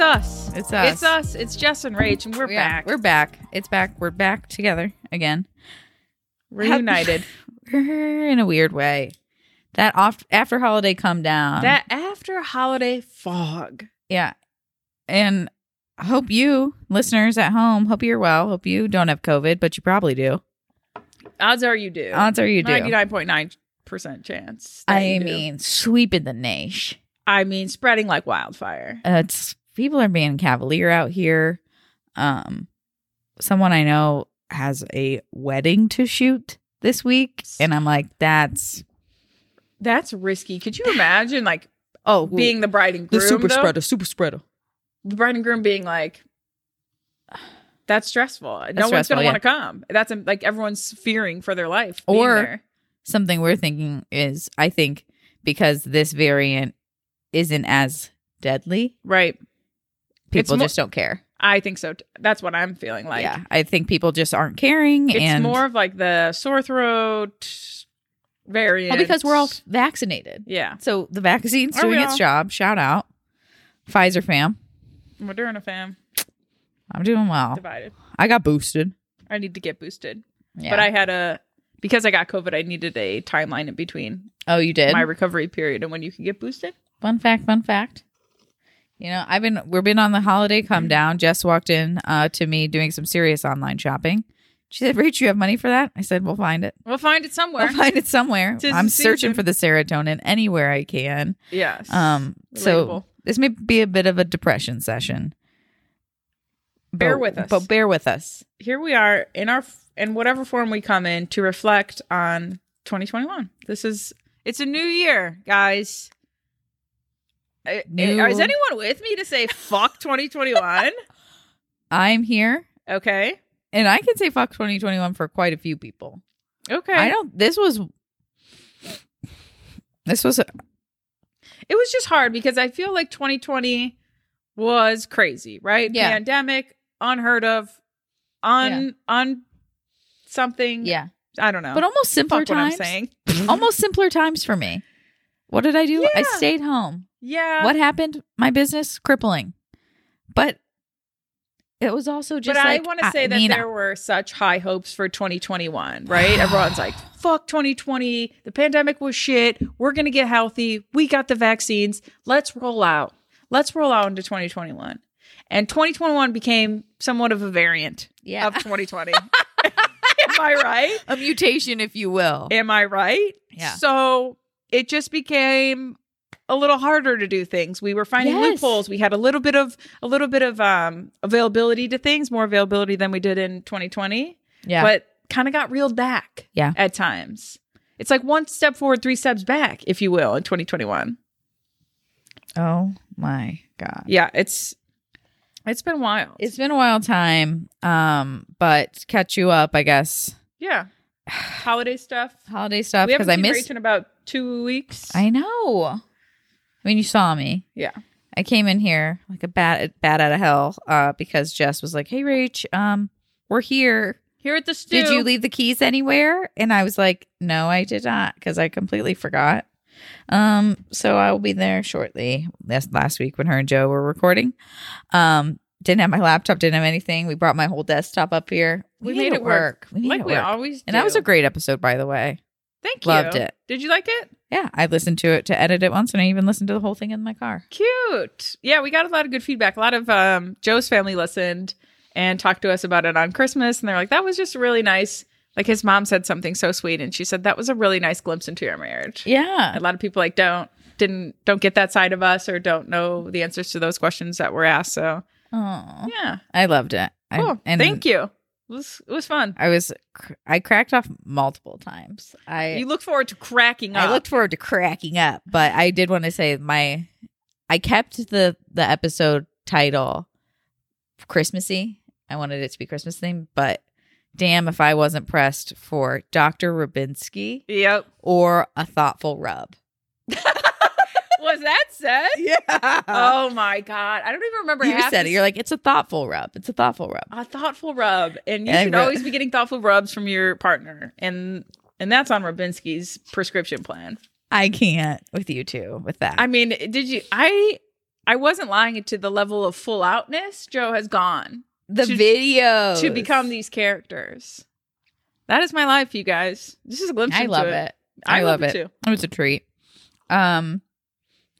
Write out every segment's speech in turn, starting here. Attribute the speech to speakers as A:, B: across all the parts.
A: It's us.
B: It's us. It's Jess and Rach, and we're
A: Yeah,
B: back.
A: We're back. It's back. We're back together again.
B: reunited.
A: We're in a weird way. That off after holiday come down.
B: that after holiday fog.
A: yeah. And I hope you listeners at home, hope you're well. Hope you don't have COVID, but you probably do.
B: Odds are you do.
A: Odds are you do.
B: Ninety nine point nine percent chance. that
A: I
B: you do.
A: mean, sweeping the niche.
B: I mean, spreading like wildfire.
A: Uh, it's people are being cavalier out here. Um, someone I know has a wedding to shoot this week, and I'm like, that's
B: That's risky. Could you imagine, like,
A: oh,
B: being the bride and groom? though?
A: super spreader.
B: The bride and groom being like, that's stressful. no one's
A: stressful,
B: going to
A: yeah.
B: want to come. That's um, like everyone's fearing for their life.
A: Or-
B: Or there.
A: Something we're thinking is, I think, because this variant isn't as deadly,
B: right,
A: people
B: mo-
A: just don't care.
B: I think so. T- that's what I'm feeling like.
A: yeah, I think people just aren't caring,
B: It's
A: and
B: more of like the sore throat variant.
A: well, because we're all vaccinated.
B: yeah,
A: So the vaccine's
B: Are we
A: doing its
B: all?
A: job. Shout out, Pfizer fam.
B: Moderna fam
A: I'm doing well.
B: divided.
A: I got boosted.
B: I need to get boosted,
A: Yeah.
B: but I had a because I got COVID. I needed a timeline in between
A: Oh, you did.
B: my recovery period and when you can get boosted.
A: fun fact. Fun fact. You know, I've been we've been on the holiday
B: Mm-hmm.
A: come down. Jess walked in uh, to me doing some serious online shopping. She said, "Rach, you have money for that?" I said, "We'll find it.
B: We'll find it somewhere.
A: We'll find it somewhere.
B: Tis
A: I'm
B: the
A: searching
B: season."
A: for the serotonin anywhere I can."
B: yes.
A: Um, so
B: Relatable.
A: this may be a bit of a depression session.
B: Bear
A: But-
B: with us.
A: but bear with us.
B: here we are in our in whatever form we come in to reflect on 2021. This is it's a new year, guys. I-
A: New-
B: Is anyone with me to say fuck 2021?
A: I'm here,
B: okay.
A: and I can say "fuck 2021" for quite a few people.
B: Okay.
A: I don't. This was. This was
B: it was just hard because I feel like 2020 was crazy, right?
A: Yeah.
B: Pandemic, unheard of, un un something.
A: yeah,
B: I don't know.
A: but almost simpler
B: Fuck what I'm
A: times.
B: saying.
A: almost simpler times for me. What did I do? I
B: Yeah.
A: stayed home.
B: Yeah.
A: what happened? My business crippling, but it was also just.
B: but
A: like,
B: I want to say that
A: mean,
B: there were such high hopes for 2021, right? Everyone's like, fuck 2020. The pandemic was shit. We're going to get healthy. We got the vaccines. Let's roll out. Let's roll out into 2021. And 2021 became somewhat of a variant
A: Yeah.
B: of 2020. Am I right?
A: a mutation, if you will.
B: Am I right?
A: Yeah.
B: So it just became a little harder to do things. We were finding
A: Yes.
B: loopholes. We had a little bit of a little bit of um availability to things, more availability than we did in 2020.
A: yeah,
B: But kind of got reeled back
A: Yeah.
B: at times. It's like one step forward, three steps back, if you will, in 2021.
A: oh my god,
B: Yeah, it's it's been wild.
A: it's been a wild time. Um, but catch you up, I guess.
B: yeah. Holiday stuff.
A: Holiday stuff
B: we haven't
A: because I
B: seen
A: missed.
B: Rach in about two weeks.
A: I know. I mean, you saw me.
B: yeah.
A: I came in here like a bat, bat out of hell, uh, because Jess was like, "Hey, Rach, um, we're here.
B: Here at the stew.
A: Did you leave the keys anywhere?" And I was like, "No, I did not, because I completely forgot." Um, so I will be there shortly. That's last week when her and Joe were recording. Um, didn't have my laptop, didn't have anything. We brought my whole desktop up here.
B: We made it work.
A: We made
B: like
A: it
B: we
A: work.
B: always do.
A: and that was a great episode, by the way.
B: Thank you.
A: Loved it.
B: Did you like it?
A: Yeah, I listened to it to edit it once, and I even listened to the whole thing in my car.
B: Cute. Yeah, we got a lot of good feedback. A lot of um, Joe's family listened and talked to us about it on Christmas, and they're like, "That was just really nice." Like his mom said something so sweet, and she said that was a really nice glimpse into your marriage.
A: Yeah,
B: A lot of people like don't didn't don't get that side of us or don't know the answers to those questions that were asked. So
A: Oh,
B: yeah,
A: I loved it. I-
B: cool. Oh, Thank you. It was it was fun.
A: I was cr- I cracked off multiple times. I
B: You look forward to cracking up.
A: I looked forward to cracking up, but I did want to say my I kept the the episode title Christmassy. I wanted it to be Christmas themed, but damn if I wasn't pressed for Dr. Rubinsky
B: yep.
A: or a thoughtful rub.
B: was that said?
A: Yeah.
B: Oh my god, I don't even remember.
A: you
B: half
A: said
B: the
A: it. You're like it's a thoughtful rub. It's a thoughtful rub.
B: a thoughtful rub and you
A: Yeah, I
B: should
A: re-
B: always be getting thoughtful rubs from your partner and and that's on Rubinsky's prescription plan
A: I can't with you two with that.
B: i mean did you i I wasn't lying to the level of full outness Joe has gone
A: The
B: To-
A: video
B: to become these characters. That is my life, you guys. This is a glimpse.
A: I
B: into
A: love it. I, love, it.
B: too.
A: It was a treat. Um,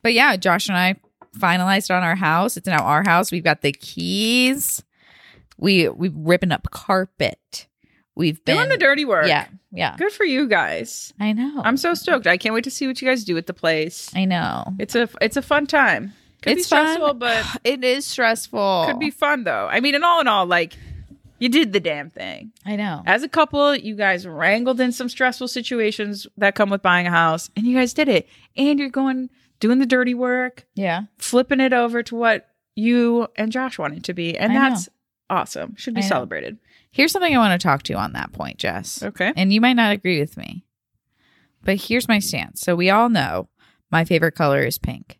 A: but yeah, Josh and I finalized on our house. It's now our house. We've got the keys. We we've ripping up carpet. We've been
B: Doing the dirty work.
A: Yeah, yeah.
B: Good for you guys.
A: I know.
B: I'm so stoked. I can't wait to see what you guys do at the place.
A: I know.
B: It's a it's a fun time. Could be
A: It's fun.
B: stressful, but
A: It is stressful.
B: could be fun though. I mean, and all in all, like you did the damn thing.
A: I know.
B: As a couple, you guys wrangled in some stressful situations that come with buying a house, and you guys did it. And you're going doing the dirty work,
A: Yeah.
B: flipping it over to what you and Josh wanted to be, and
A: I know.
B: that's awesome. Should be
A: I know.
B: celebrated.
A: Here's something I want to talk to you on that point, Jess.
B: Okay.
A: And you might not agree with me. But here's my stance. So we all know my favorite color is pink.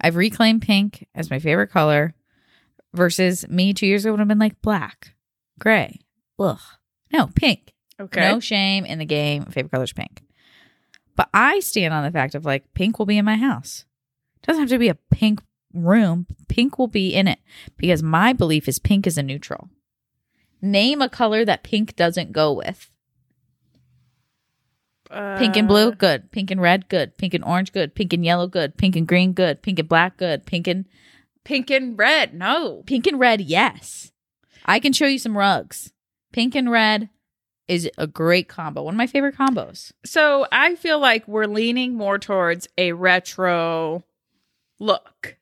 A: I've reclaimed pink as my favorite color versus me 2 years ago would have been like black, gray. Ugh. No, pink.
B: Okay.
A: No shame in the game. Favorite color is pink. But I stand on the fact of like pink will be in my house. Doesn't have to be a pink room. Pink will be in it because my belief is pink is a neutral. Name a color that pink doesn't go with. Pink and
B: Uh,
A: blue, good. Pink and red, good. Pink and orange, good. Pink and yellow, good. Pink and green, good. Pink and black, good. Pink and
B: pink and red. No.
A: pink and red, yes. I can show you some rugs. Pink and red is a great combo. One of my favorite combos.
B: So I feel like we're leaning more towards a retro look.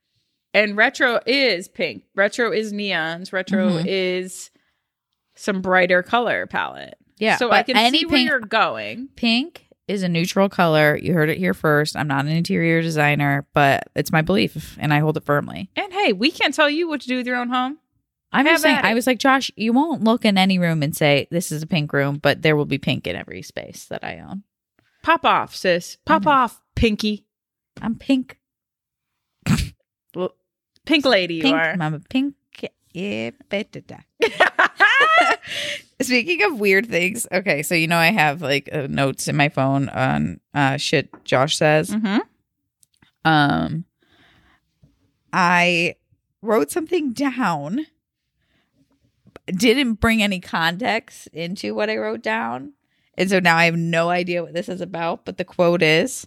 B: And retro is pink. Retro is neons. Retro
A: Mhm.
B: is some brighter color palette.
A: Yeah.
B: So I
A: but
B: can see where you're going.
A: Pink is a neutral color. You heard it here first. I'm not an interior designer, but it's my belief and I hold it firmly.
B: And hey, we can't tell you what to do with your own home.
A: I'm
B: Have
A: just saying,
B: at it.
A: I was like, Josh, you won't look in any room and say, this is a pink room, but there will be pink in every space that I own.
B: Pop off, sis. Pop
A: know.
B: off, pinky.
A: I'm pink.
B: L- Pink lady you
A: Pink.
B: are.
A: I'm a pink. Yeah, better die. Speaking of weird things, okay, so you know I have like uh, notes in my phone on uh, shit Josh says.
B: Mhm.
A: Um, I wrote something down, didn't bring any context into what I wrote down. And so now I have no idea what this is about. But the quote is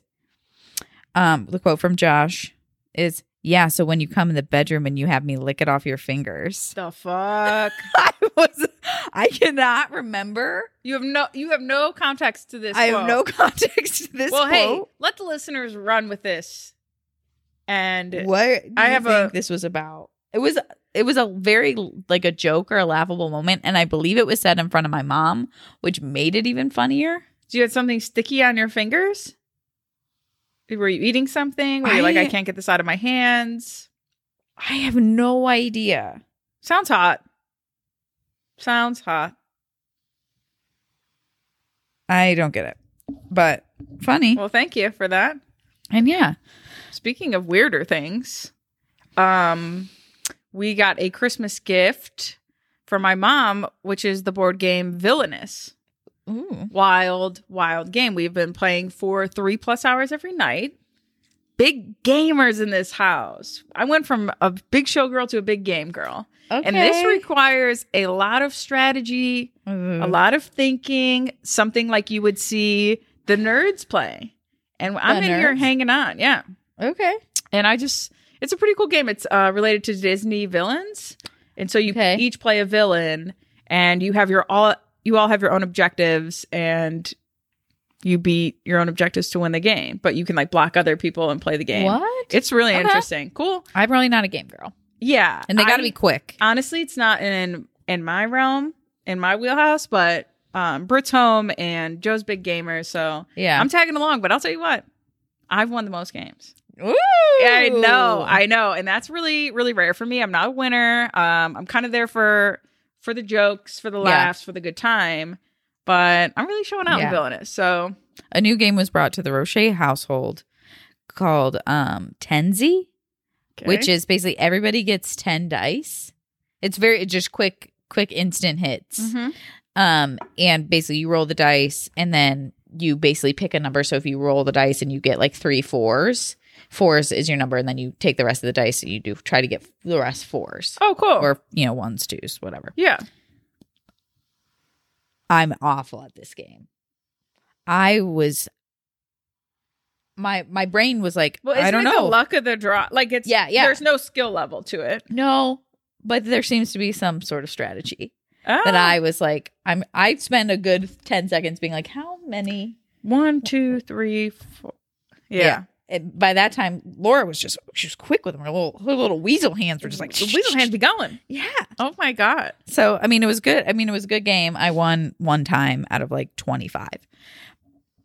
A: um, the quote from Josh is, Yeah, so when you come in the bedroom and you have me lick it off your fingers.
B: The fuck?
A: I was, I cannot remember.
B: You have no you have no context to this.
A: I have
B: quote.
A: no context to this
B: well, hey,
A: quote.
B: let the listeners run with this. And
A: what do
B: I
A: you
B: have
A: think
B: a-
A: this was about it was it was a very like a joke or a laughable moment and i believe it was said in front of my mom which made it even funnier
B: do you have something sticky on your fingers? Were you eating something? Were you like,
A: I-
B: I can't get this out of my hands?
A: i have no idea
B: Sounds hot. Sounds hot.
A: i don't get it but funny
B: Well, thank you for that.
A: and yeah
B: Speaking of weirder things, um, we got a Christmas gift from my mom, which is the board game Villainous.
A: Ooh.
B: wild, wild game. We've been playing for three plus hours every night. Big gamers in this house. I went from a big show girl to a big game girl.
A: okay
B: And this requires a lot of strategy, a
A: Mm.
B: lot of thinking, something like you would see the nerds play. And I'm
A: The
B: in here
A: nerds?
B: hanging on. Yeah.
A: okay
B: And I just, it's a pretty cool game. It's uh, related to Disney villains, and so you
A: Okay.
B: each play a villain, and you have your all, you all have your own objectives, and you beat your own objectives to win the game. But you can like block other people and play the game.
A: what
B: It's really
A: Okay.
B: interesting. Cool.
A: i'm really not a game girl
B: Yeah,
A: and they got to be
B: I-
A: quick
B: honestly, it's not in in my realm, in my wheelhouse, but. Um, Brit's home and Joe's big gamer, so
A: yeah
B: I'm tagging along. But I'll tell you what, I've won the most games.
A: Ooh.
B: I know, I know, and that's really, really rare for me. I'm not a winner. Um, I'm kind of there for for the jokes, for the laughs, for the good time, but I'm really showing out
A: Yeah.
B: in villainous. So
A: a new game was brought to the rocher household called um tenzi which is basically everybody gets 10 dice it's very it's just quick quick instant hits
B: Mhm.
A: um and basically you roll the dice and then you basically pick a number so if you roll the dice and you get like three fours fours is your number, and then you take the rest of the dice and you do try to get the rest fours
B: Oh, cool.
A: or you know ones, twos, whatever.
B: yeah.
A: I'm awful at this game. I was my my brain was like,
B: Well, isn't
A: I don't
B: it
A: know.
B: the luck of the draw? Like it's
A: Yeah, yeah.
B: There's no skill level to it.
A: no, but there seems to be some sort of strategy
B: Ah,
A: that I was like, I'm I'd spend a good 10 seconds being like, how many?
B: one, two, three, four. Yeah.
A: Yeah. And by that time, Laura was just she was quick with them. Her little her little weasel hands were just like
B: the weasel hands be going.
A: Yeah.
B: Oh my god.
A: So I mean, it was good. I mean, it was a good game. I won one time out of like 25.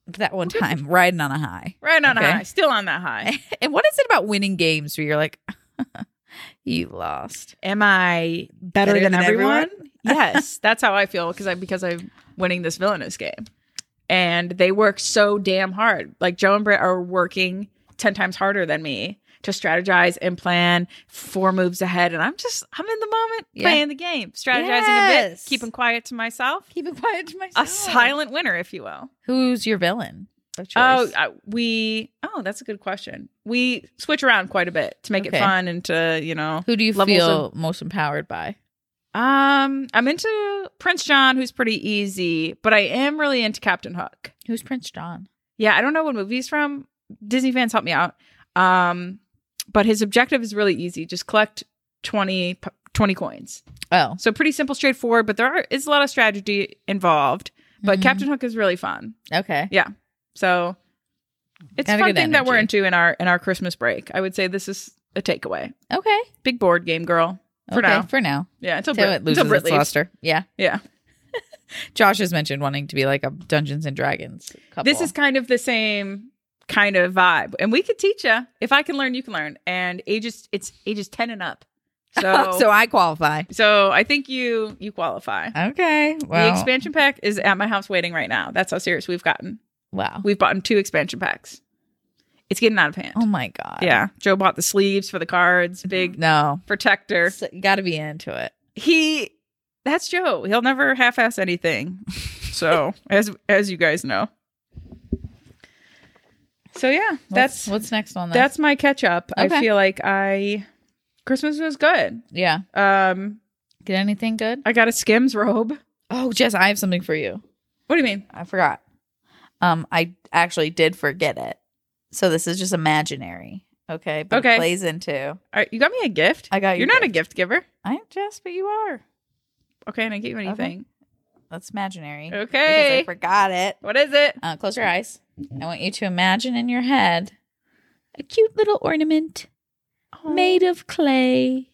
A: But that one time, riding on a high.
B: Right on
A: Okay.
B: high. Still on that high.
A: And what is it about winning games where you're like, you lost?
B: Am I better, than, everyone? yes, that's how I feel because I because I'm winning this villainous game, and they work so damn hard. Like Joe and Britt are working ten times harder than me to strategize and plan four moves ahead, and I'm just I'm in the moment
A: Yeah.
B: playing the game, strategizing a bit,
A: Yes.
B: keeping quiet to myself,
A: Keep it quiet to
B: a
A: myself.
B: silent winner, if you will.
A: Who's your villain? of
B: Oh,
A: choice?
B: uh, we oh that's a good question. We switch around quite a bit to make
A: Okay.
B: it fun and to you know
A: Who do you
B: levels
A: feel most empowered by?
B: Um, I'm into Prince John, who's pretty easy, but I am really into Captain Hook.
A: Who's Prince John?
B: Yeah, I don't know what movie he's from. Disney fans help me out. Um, but his objective is really easy: just collect 20, p- 20 coins.
A: Oh,
B: So pretty simple, straightforward. But there are, is a lot of strategy involved. But
A: Mhm.
B: Captain Hook is really fun.
A: okay.
B: So it's
A: Gotta
B: a fun
A: get
B: thing that we're
A: energy.
B: into in our in our Christmas break. I would say this is a takeaway.
A: Okay.
B: Big board game, girl. For
A: okay.
B: now.
A: For now.
B: Yeah, until,
A: Till
B: Brit-
A: it loses
B: until Brit
A: its
B: leaves.
A: luster. Yeah.
B: Yeah.
A: Josh has mentioned wanting to be like a Dungeons and Dragons couple.
B: This is kind of the same kind of vibe, and we could teach you. If I can learn, you can learn. And ages, it's ages ten and up. So,
A: so
B: so,
A: I qualify.
B: I think you you qualify.
A: Okay. Well,
B: the expansion pack is at my house waiting right now. That's how serious we've gotten.
A: wow.
B: We've bought two expansion packs. It's getting out of hand.
A: oh my god. Mm-hmm.
B: yeah, Joe bought the sleeves for the cards, big
A: No.
B: protector.
A: So you got to be into it.
B: He, that's Joe. He'll never half-ass anything. So as as you guys know. So yeah,
A: That's
B: that's
A: what's next on that.
B: that's my catch up.
A: Okay.
B: I feel like I Christmas was good.
A: yeah.
B: Um,
A: Get anything good?
B: I got a Skims robe.
A: Oh, Jess, I have something for you.
B: What do you mean?
A: I forgot. Um, I actually did forget it. So this is just imaginary. Okay. But It
B: Okay.
A: plays into.
B: All right, you got me a gift.
A: I got you.
B: You're not a gift giver.
A: I am Jess, but you are.
B: Okay, I didn't get you anything.
A: That's imaginary.
B: Okay.
A: Because I forgot it.
B: What is it?
A: Uh, close your eyes. I want you to imagine in your head a cute little ornament Oh. made of clay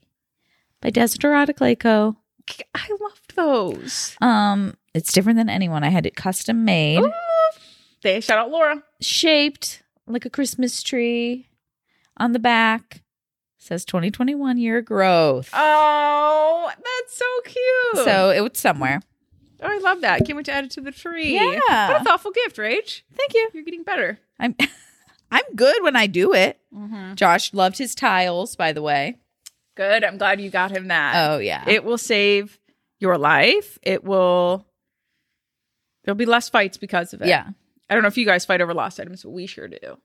A: by Desiderata Clay Co.
B: Oh, I loved those.
A: Um, it's different than anyone. I had it custom made,
B: Ooh. They shout out Laura.
A: shaped like a Christmas tree. On the back says 2021 year growth.
B: Oh, that's so cute.
A: so it was somewhere.
B: oh, I love that. Can't wait to add it to the tree.
A: Yeah.
B: What a thoughtful gift, Rach.
A: Thank you.
B: You're getting better.
A: I'm I'm good when I do it.
B: Mm-hmm.
A: Josh loved his tiles, by the way.
B: Good. I'm glad you got him that.
A: Oh yeah.
B: it will save your life it will there'll be less fights because of it
A: yeah.
B: i don't know if you guys fight over lost items but we sure do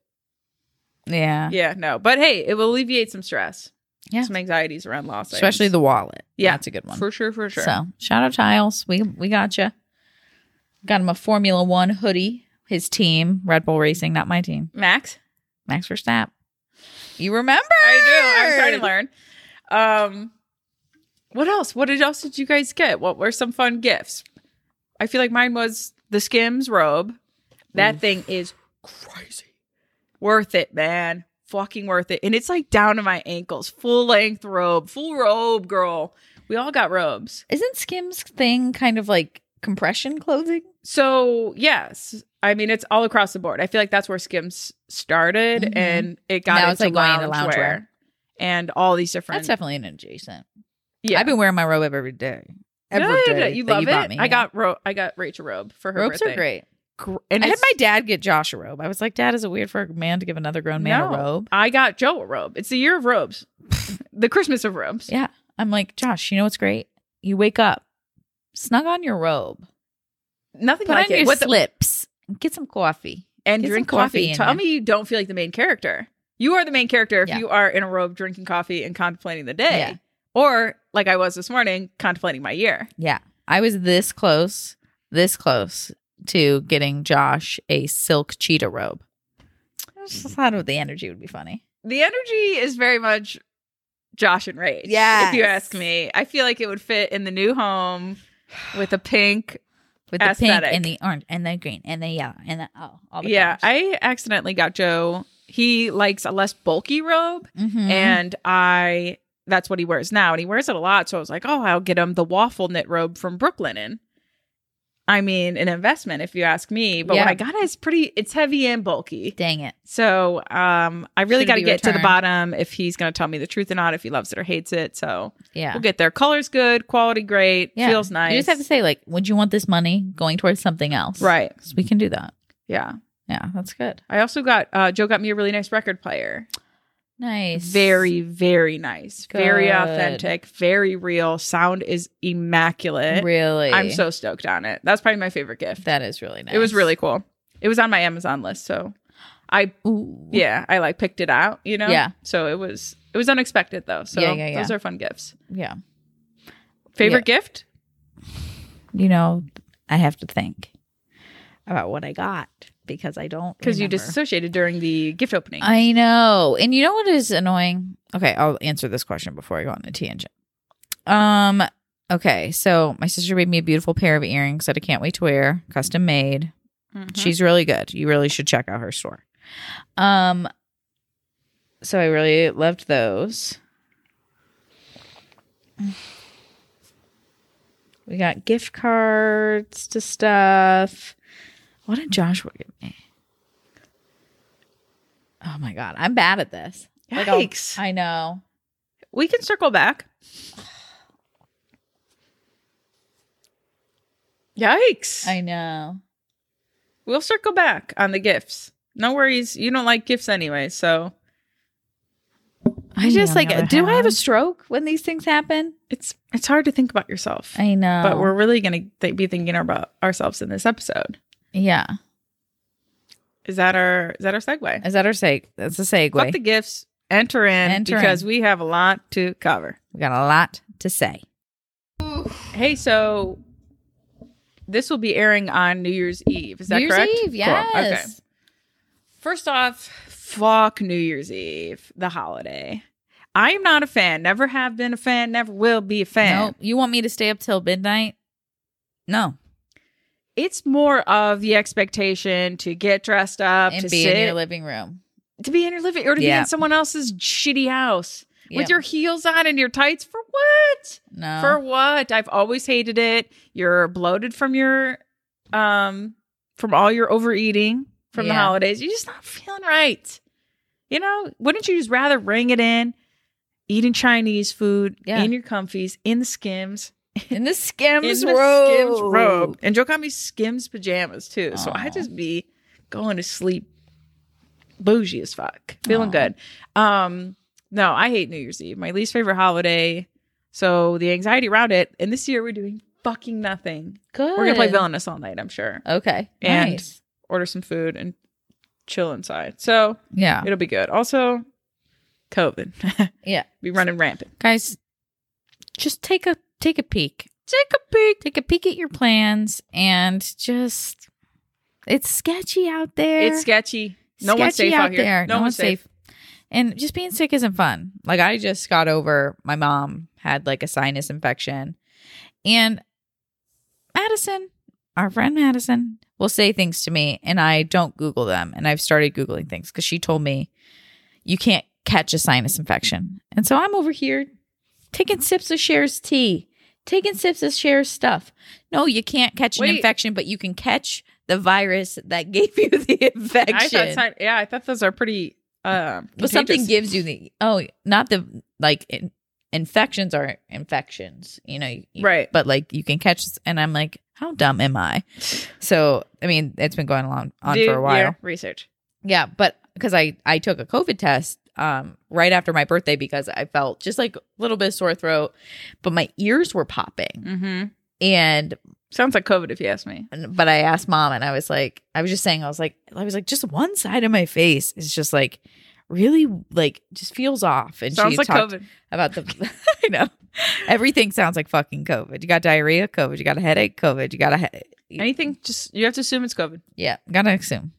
A: Yeah.
B: yeah no but hey it will alleviate some stress
A: Yeah.
B: some anxieties around lost
A: Especially
B: items.
A: the wallet.
B: Yeah.
A: That's a good one.
B: for sure for sure
A: So shout out Tiles. We we got you. Got him a Formula One hoodie. His team, Red Bull Racing, not my team.
B: max
A: Max Verstappen. You remember?
B: i do i'm trying to learn um what else what did- else did you guys get what were some fun gifts i feel like mine was the skims robe that thing is
A: Crazy.
B: Worth it, man. Fucking worth it. And it's like down to my ankles. Full length robe. Full robe, girl. We all got robes.
A: Isn't Skim's thing kind of like compression clothing?
B: So, yes. I mean, it's all across the board. I feel like that's where Skims started
A: Mhm.
B: and it got
A: Now it's,
B: into
A: like,
B: loungewear,
A: going into loungewear.
B: and all these different.
A: That's definitely an adjacent.
B: yeah.
A: I've been wearing my robe every day. Every
B: Good.
A: day
B: You
A: that
B: love
A: bought
B: it.
A: me,
B: I
A: yeah.
B: got ro- I got Rachel robe for her
A: robes
B: birthday.
A: are great.
B: Gr- And
A: I had
B: it's-
A: my dad get Josh a robe. I was like, Dad, is it weird for a man to give another grown man
B: No.
A: a robe?
B: I got Joe a robe. It's the year of robes. the Christmas of robes.
A: Yeah. I'm like, Josh, you know what's great? You wake up, snug on your robe.
B: Nothing
A: Put
B: like
A: on your
B: it. With the-
A: slips. and Get some coffee.
B: and
A: Get some
B: drink
A: coffee
B: coffee.
A: in
B: Tell
A: ya.
B: me you don't feel like the main character. You are the main character if
A: Yeah.
B: you are in a robe drinking coffee and contemplating the day.
A: Yeah.
B: Or like I was this morning, contemplating my year.
A: Yeah. I was this close, this close to getting Josh a silk cheetah robe. I just thought of the energy would be funny.
B: The energy is very much Josh and Rage. If you
A: Yes.
B: ask me. I feel like it would fit in the new home with a pink.
A: With the
B: Aesthetic.
A: pink and the orange and the green and the yellow and the oh all the
B: Yeah.
A: colors.
B: I accidentally got Joe. He likes a less bulky robe.
A: Mhm.
B: And I that's what he wears now. And he wears it a lot. So I was like, oh, I'll get him the waffle knit robe from Brooklinen. I mean, an investment if you ask me. But what
A: Yeah.
B: I got is pretty it's heavy and bulky.
A: dang it.
B: So um I really
A: Should
B: gotta
A: be
B: get to the
A: returned.
B: bottom if he's gonna tell me the truth or not, if he loves it or hates it. So
A: Yeah.
B: we'll get there. Color's good, quality great,
A: Yeah.
B: feels nice.
A: You just have to say, like, would you want this money going towards something else?
B: right.
A: 'Cause we can do that.
B: Yeah.
A: Yeah, that's good.
B: I also got uh Joe got me a really nice record player.
A: Nice.
B: Very, very nice. Very
A: Good.
B: authentic, very real. Sound is immaculate.
A: really.
B: I'm so stoked on it. That's probably my favorite gift.
A: that is really nice.
B: It was really cool. It was on my Amazon list, so I
A: Ooh.
B: yeah, I like picked it out, you know.
A: Yeah.
B: So it was it was unexpected though. So
A: Yeah, yeah, yeah.
B: those are fun gifts.
A: Yeah.
B: Favorite gift?
A: You know, I have to think about what I got because I don't
B: Because you
A: remember.
B: disassociated during the gift opening.
A: I know. And you know what is annoying? Okay, I'll answer this question before I go on a tangent. Um, okay, so my sister made me a beautiful pair of earrings that I can't wait to wear, custom made.
B: Mhm.
A: She's really good. You really should check out her store. Um so I really loved those. We got gift cards to stuff. What did Joshua get me? Oh my god, I'm bad at this. Like, I'll-
B: Yikes.
A: I know.
B: we can circle back. Yikes.
A: I know.
B: We'll circle back on the gifts. No worries. You don't like gifts anyway, so
A: I just
B: on the
A: like
B: other
A: do I have a
B: hand-
A: stroke when these things happen?
B: it's it's hard to think about yourself.
A: I know.
B: but we're really going to th- be thinking about ourselves in this episode.
A: Yeah.
B: Is that our is that our segue?
A: Is that our seg that's a segue.
B: Fuck the gifts. Enter in
A: Enter
B: because
A: in.
B: we have a lot to cover.
A: we got a lot to say.
B: Hey, so this will be airing on New Year's Eve. Is that
A: New Year's
B: correct?
A: Eve,
B: Cool.
A: yes.
B: Okay. First off, fuck New Year's Eve, the holiday. I am not a fan. Never have been a fan. Never will be a fan.
A: No, you want me to stay up till midnight? No,
B: It's more of the expectation to get dressed up,
A: and
B: to
A: be
B: sit,
A: in your living room.
B: to be in your living, or to be
A: Yeah.
B: in someone else's shitty house
A: Yep.
B: with your heels on and your tights for what?
A: no,
B: For what? I've always hated it. You're bloated from your um from all your overeating from the
A: Yeah.
B: holidays. You're just not feeling right. You know, wouldn't you just rather ring it in, eating Chinese food
A: Yeah.
B: in your comfies, in the skims,
A: in the skims
B: in the
A: robe.
B: skims robe. And Joe got me skims pajamas too. So I
A: Aw.
B: just be going to sleep bougie as fuck.
A: Aw.
B: Feeling good. Um, no, I hate New Year's Eve. My least favorite holiday. So the anxiety around it. And this year we're doing fucking nothing.
A: Good.
B: We're gonna play villainous all night, I'm sure.
A: Okay,
B: And-
A: nice.
B: Order some food and chill inside. So
A: Yeah,
B: it'll be good. Also, COVID.
A: Yeah.
B: Be running rampant.
A: guys, just take a take a peek,
B: Take a peek.
A: take a peek at your plans, and just it's sketchy out there.
B: It's sketchy. No one's
A: sketchy
B: safe out, here.
A: there. No, one's safe. And just being sick isn't fun. Like I just got over my mom had like a sinus infection. And Madison, our friend Madison, will say things to me and I don't Google them. And I've started Googling things because she told me you can't catch a sinus infection. And so I'm over here taking sips of Cher's tea, taking sips of Cher's stuff. No, you can't catch an
B: Wait.
A: infection, but you can catch the virus that gave you the infection.
B: I thought, sign- yeah, I thought those are pretty. Um,
A: Well, something
B: contagious.
A: gives you the oh, not the like in, infections are infections, you know, you-
B: Right.
A: But like you can catch, this- and I'm like, how dumb am I? So I mean, it's been going along on
B: Do
A: for a while, yeah.
B: your research.
A: but because I I took a COVID test um right after my birthday because I felt just like a little bit of sore throat, but my ears were popping,
B: Mm-hmm.
A: and
B: Sounds like COVID, if you ask me.
A: and- but I asked mom and I was like, I was just saying, I was like, I was like, just one side of my face is just like really like just feels off. And
B: Sounds
A: she
B: like
A: talked
B: COVID.
A: about the, I know, everything sounds like fucking COVID. You got diarrhea, COVID. You got a headache, COVID. You got a, he-
B: Anything, just you have to assume it's COVID.
A: yeah, gotta assume.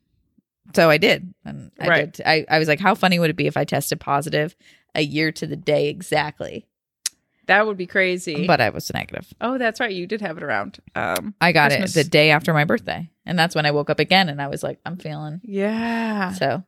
A: So I did. And I
B: Right.
A: did. I, I was like, how funny would it be if I tested positive a year to the day exactly?
B: That would be crazy.
A: But I was negative.
B: oh, that's right. You did have it around. Um,
A: I got
B: Christmas.
A: it the day after my birthday. And that's when I woke up again and I was like, I'm feeling.
B: yeah.
A: So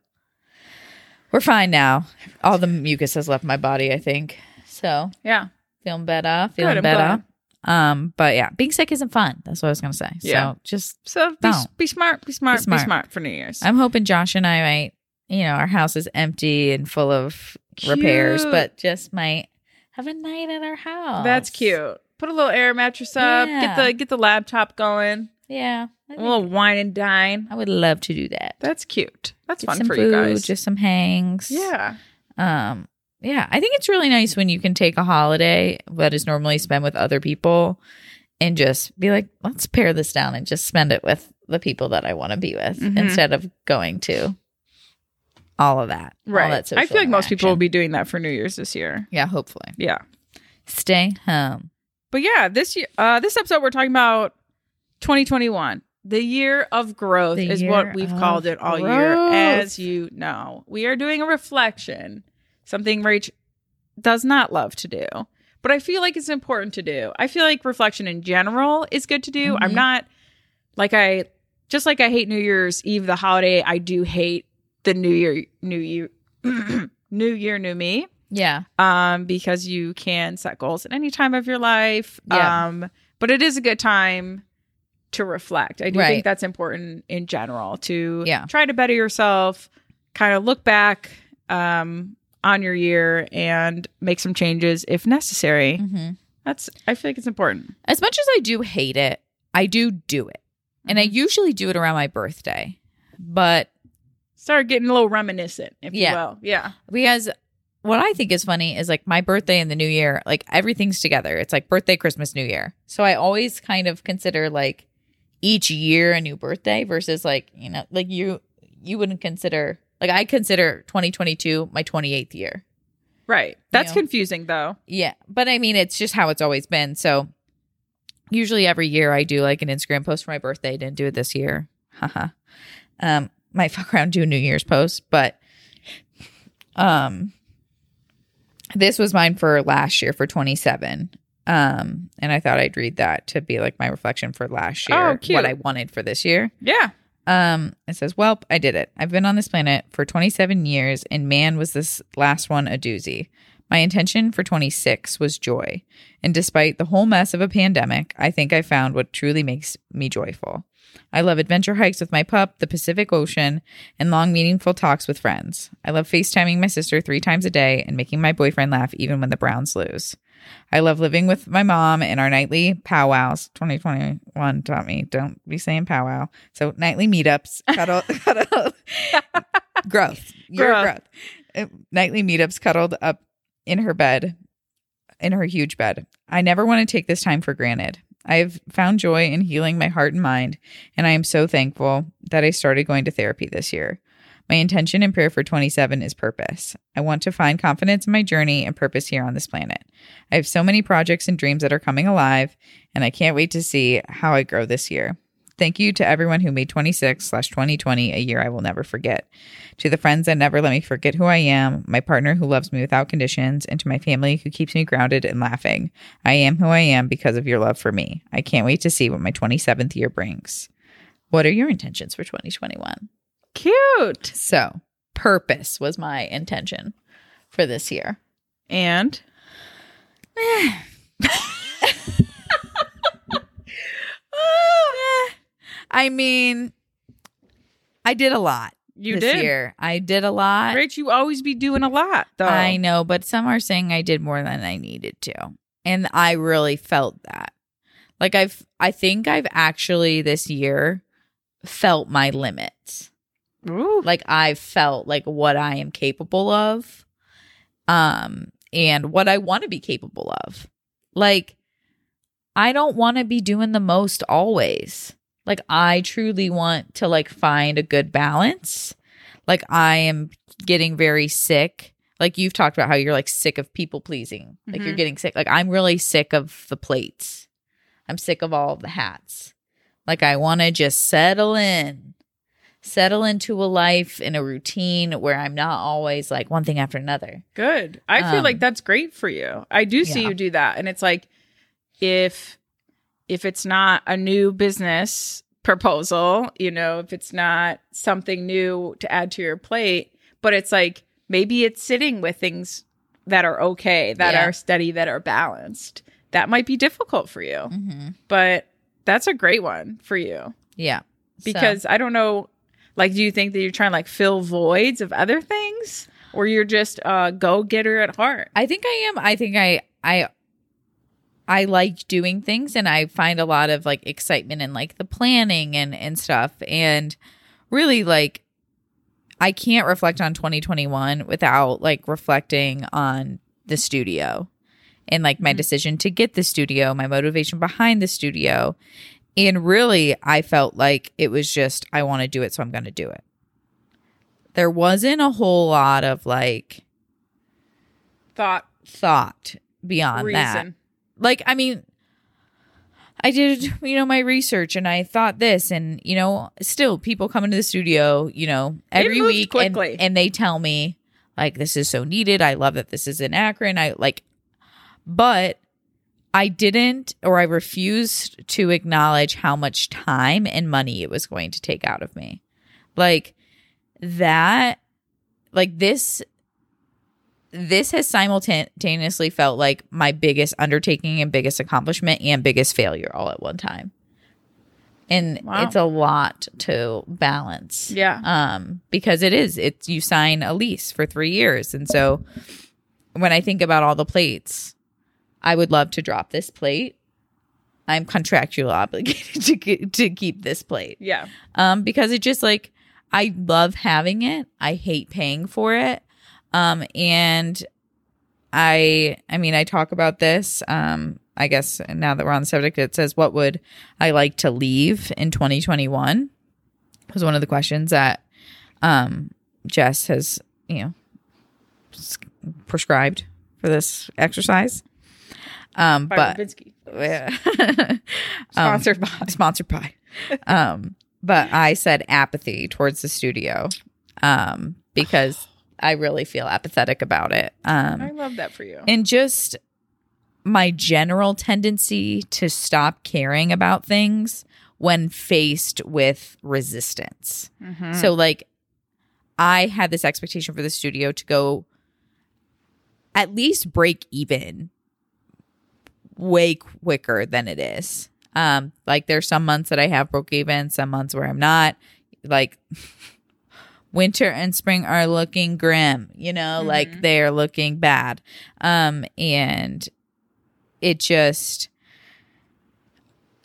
A: we're fine now. All the mucus has left my body, I think. So
B: Yeah.
A: feeling better,
B: Good,
A: feeling
B: I'm
A: better. Um, but yeah, being sick isn't fun. That's what I was gonna say.
B: Yeah.
A: So just
B: So be,
A: No.
B: be smart, be smart, be smart,
A: smart.
B: for New Year's.
A: I'm hoping Josh and I might, you know, our house is empty and full of repairs,
B: Cute.
A: but just might have a night at our house.
B: That's cute. Put a little air mattress up. Get
A: Yeah.
B: the get the laptop going.
A: Yeah. I,
B: A
A: think
B: little wine and dine.
A: I would love to do that.
B: That's cute. That's
A: Get
B: fun
A: some
B: for
A: food,
B: you guys.
A: just some hangs.
B: yeah.
A: Um, yeah, I think it's really nice when you can take a holiday that is normally spent with other people and just be like, let's pare this down and just spend it with the people that I want to be with
B: Mhm.
A: instead of going to all of that. all
B: Right.
A: that
B: I
A: social
B: feel like most people will
A: interaction.
B: be doing that for New Year's this year.
A: Yeah, hopefully.
B: Yeah.
A: Stay home.
B: But yeah, this year, uh, this episode we're talking about 2021, the year of growth
A: The
B: is
A: year
B: what we've
A: of
B: called it all year,
A: growth.
B: as you know. We are doing a reflection, something Rach does not love to do, but I feel like it's important to do. I feel like reflection in general is good to do. I'm
A: Mhm.
B: not like I just like I hate New Year's Eve, the holiday. I do hate the New Year, New Year, New Year, New Me
A: Yeah.
B: um, because you can set goals at any time of your life.
A: Yeah.
B: Um, but it is a good time to reflect. I do think
A: Right.
B: that's important in general to
A: Yeah.
B: try to better yourself, kind of look back um, on your year and make some changes if necessary.
A: hmm
B: That's I feel like it's important.
A: As much as I do hate it, I do do it. And
B: Mm-hmm.
A: I usually do it around my birthday. But
B: Start getting a little reminiscent, if
A: Yeah.
B: you will. Yeah.
A: Because what I think is funny is like my birthday and the new year, like everything's together. It's like birthday, Christmas, new year. So I always kind of consider like each year a new birthday versus like, you know, like you you wouldn't consider like I consider 2022 my 28th year.
B: Right. That's
A: Yeah.
B: confusing though.
A: Yeah. But I mean, it's just how it's always been. So usually every year I do like an Instagram post for my birthday. Didn't do it this year. Haha. um, might fuck around and do a New Year's post, but um this was mine for last year for 27. Um, and I thought I'd read that to be like my reflection for last year,
B: Oh, cute.
A: what I wanted for this year.
B: Yeah.
A: Um, it says, Welp, I did it. I've been on this planet for 27 years, and man, was this last one a doozy. My intention for 26 was joy. And despite the whole mess of a pandemic, I think I found what truly makes me joyful. I love adventure hikes with my pup, the Pacific Ocean, and long, meaningful talks with friends. I love FaceTiming my sister three times a day and making my boyfriend laugh even when the Browns lose. I love living with my mom and our nightly powwows. 2021 taught me don't be saying powwow. So nightly meetups, cuddle, cuddle, growth, your
B: Growth.
A: growth. Uh, Nightly meetups, cuddled up in her bed, in her huge bed. I never want to take this time for granted. I have found joy in healing my heart and mind, and I am so thankful that I started going to therapy this year. My intention and prayer for 27 is purpose. I want to find confidence in my journey and purpose here on this planet. I have so many projects and dreams that are coming alive, and I can't wait to see how I grow this year. Thank you to everyone who made 26 slash 2020 a year I will never forget. To the friends that never let me forget who I am, my partner who loves me without conditions, and to my family who keeps me grounded and laughing. I am who I am because of your love for me. I can't wait to see what my 27th year brings. What are your intentions for 2021?
B: Cute.
A: So, purpose was my intention for this year.
B: And
A: Oh, I mean, I did a lot
B: you
A: this
B: did.
A: year. I did a lot.
B: Rach, you always be doing a lot though.
A: I know, but some are saying I did more than I needed to. And I really felt that. Like I've I think I've actually this year felt my limits.
B: Ooh.
A: Like I felt like what I am capable of um and what I want to be capable of. Like I don't want to be doing the most always. Like I truly want to like find a good balance. like I am getting very sick. Like you've talked about how you're like sick of people pleasing. Like you're
B: Mhm.
A: getting sick. Like I'm really sick of the plates. I'm sick of all of the hats. Like I want to just settle in. Settle into a life in a routine where I'm not always like one thing after another.
B: Good. I feel
A: Um,
B: like that's great for you. I do see
A: yeah.
B: you do that and it's like if if it's not a new business proposal, you know, if it's not something new to add to your plate, but it's like maybe it's sitting with things that are okay, that
A: Yeah.
B: are steady, that are balanced. That might be difficult for you,
A: Mm-hmm.
B: but that's a great one for you
A: Yeah. So-
B: because I don't know. Like, do you think that you're trying to like fill voids of other things, or you're just a go getter at heart?
A: I think I am. I think I I I like doing things and I find a lot of like excitement in like the planning and and stuff and really like I can't reflect on 2021 without like reflecting on the studio and like my
B: Mhm.
A: decision to get the studio, my motivation behind the studio. And really I felt like it was just I want to do it so I'm going to do it. There wasn't a whole lot of like
B: Thought,
A: thought beyond that.
B: reason.
A: Like, I mean, I did, you know, my research and I thought this, and, you know, still people come into the studio, you know, every
B: moved
A: week and,
B: quickly.
A: and they tell me, like, this is so needed. I love that this is in Akron. I like, but I didn't or I refused to acknowledge how much time and money it was going to take out of me. Like, that, like, this this has simultaneously felt like my biggest undertaking and biggest accomplishment and biggest failure all at one time. And
B: Wow.
A: it's a lot to balance.
B: Yeah.
A: Um, because it is, it's you sign a lease for three years. And so when I think about all the plates, I would love to drop this plate. I'm contractually obligated to ke- to keep this plate
B: Yeah.
A: um, because it just like I love having it. I hate paying for it. Um, and I, I mean, I talk about this. Um, I guess now that we're on the subject, it says, "What would I like to leave in 2021?" Was one of the questions that um, Jess has, you know, s- prescribed for this exercise. Um,
B: By
A: but
B: Rubinsky.
A: Um,
B: Sponsored by.
A: sponsored by. um, but I said apathy towards the studio um, because I really feel apathetic about it.
B: I
A: Um,
B: love that for you.
A: and just my general tendency to stop caring about things when faced with resistance.
B: Mhm.
A: So like I had this expectation for the studio to go at least break even way quicker than it is. Um like there's some months that I have broke even, some months where I'm not. Like winter and spring are looking grim, you know, like
B: Mhm.
A: they're looking bad. Um and it just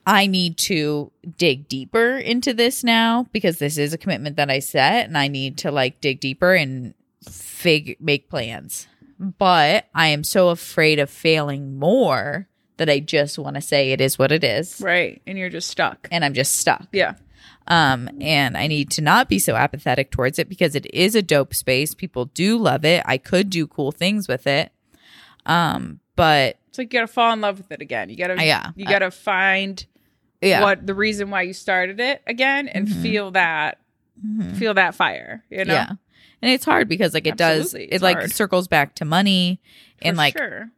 A: I need to dig deeper into this now because this is a commitment that I set and I need to like dig deeper and fig make plans. But I am so afraid of failing more that I just want to say it is what it is
B: right, and you're just stuck.
A: and I'm just stuck.
B: Yeah.
A: Um and I need to not be so apathetic towards it because it is a dope space. People do love it. I could do cool things with it. Um but
B: It's like you gotta fall in love with it again. You gotta.
A: Yeah.
B: You gotta find
A: yeah.
B: what the reason why you started it again, and
A: Mhm.
B: feel that
A: Mhm.
B: feel that fire. You know.
A: Yeah. And it's hard because like it
B: Absolutely,
A: does it
B: it's
A: like
B: hard.
A: circles back to money and
B: For
A: like
B: sure.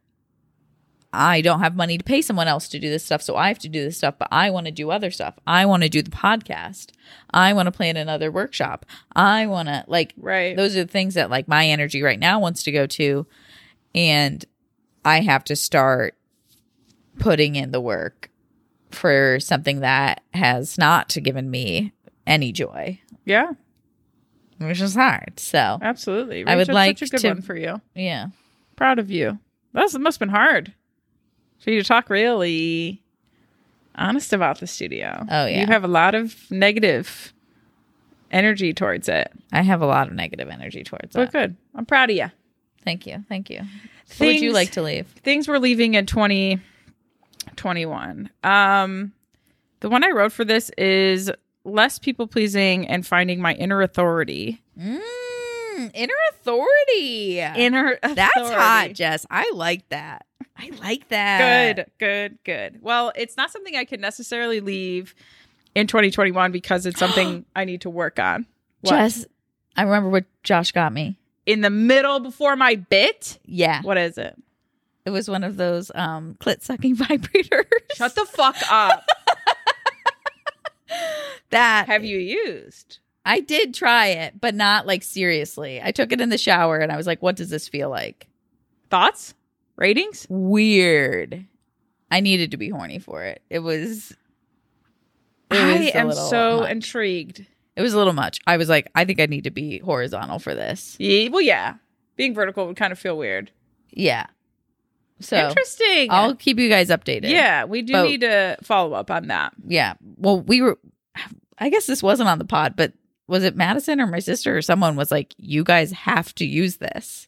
A: I don't have money to pay someone else to do this stuff so I have to do this stuff but I want to do other stuff. I want to do the podcast. I want to plan another workshop. I want to like
B: Right.
A: those are the things that like my energy right now wants to go to and I have to start putting in the work for something that has not given me any joy,
B: yeah.
A: which is hard. So,
B: Absolutely.
A: I would
B: Rach, that's
A: like
B: such a good
A: to-
B: one for you.
A: yeah.
B: Proud of you. That's it must have been hard for you to talk really honest about the studio.
A: Oh, yeah.
B: You have a lot of negative energy towards it.
A: I have a lot of negative energy towards
B: But
A: it.
B: good. I'm proud of you.
A: Thank you. Thank you. What would you like to leave?
B: things we're leaving in 2021. Um, the one I wrote for this is less people pleasing and finding my inner authority.
A: Mm, inner authority.
B: Inner
A: That's
B: authority.
A: hot, Jess. I like that. I like that.
B: Good, good, good. Well, it's not something I can necessarily leave in 2021 because it's something I need to work on. What?
A: Jess, I remember what Josh got me.
B: in the middle before my bit.
A: Yeah.
B: What is it?
A: It was one of those um clit sucking vibrators.
B: Shut the fuck up.
A: that
B: Have you used?
A: I did try it, but not like seriously. I took it in the shower and I was like, what does this feel like?
B: Thoughts? Ratings?
A: Weird. I needed to be horny for it. It was it was
B: I
A: a
B: am
A: little
B: so
A: much.
B: intrigued.
A: it was a little much. I was like, I think I need to be horizontal for this.
B: Yeah, well, yeah. Being vertical would kind of feel weird.
A: Yeah. So
B: Interesting.
A: I'll keep you guys updated.
B: yeah, we do
A: But-
B: need to follow up on that.
A: Yeah. Well, we were, I guess this wasn't on the pod, but was it Madison or my sister or someone was like, you guys have to use this?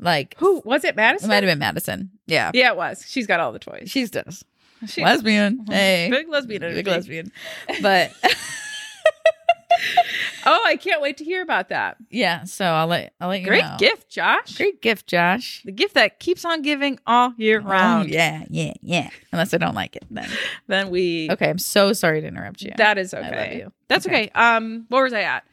A: Like,
B: Who was it?
A: it
B: Madison?
A: might have been Madison. Yeah.
B: yeah, it was. She's got all the toys.
A: She's does.
B: She-
A: Lesbian. Hey.
B: Big lesbian energy.
A: Big lesbian. But
B: Oh, I can't wait to hear about that.
A: yeah, so I'll let I'll let you
B: Great
A: know.
B: gift, Josh.
A: Great gift, Josh.
B: The gift that keeps on giving all year round.
A: Oh, yeah, yeah, yeah. Unless I don't like it then.
B: Then we
A: Okay, I'm so sorry to interrupt you.
B: That is
A: I love
B: okay.
A: you.
B: That's okay.
A: Okay.
B: Um, where was I at?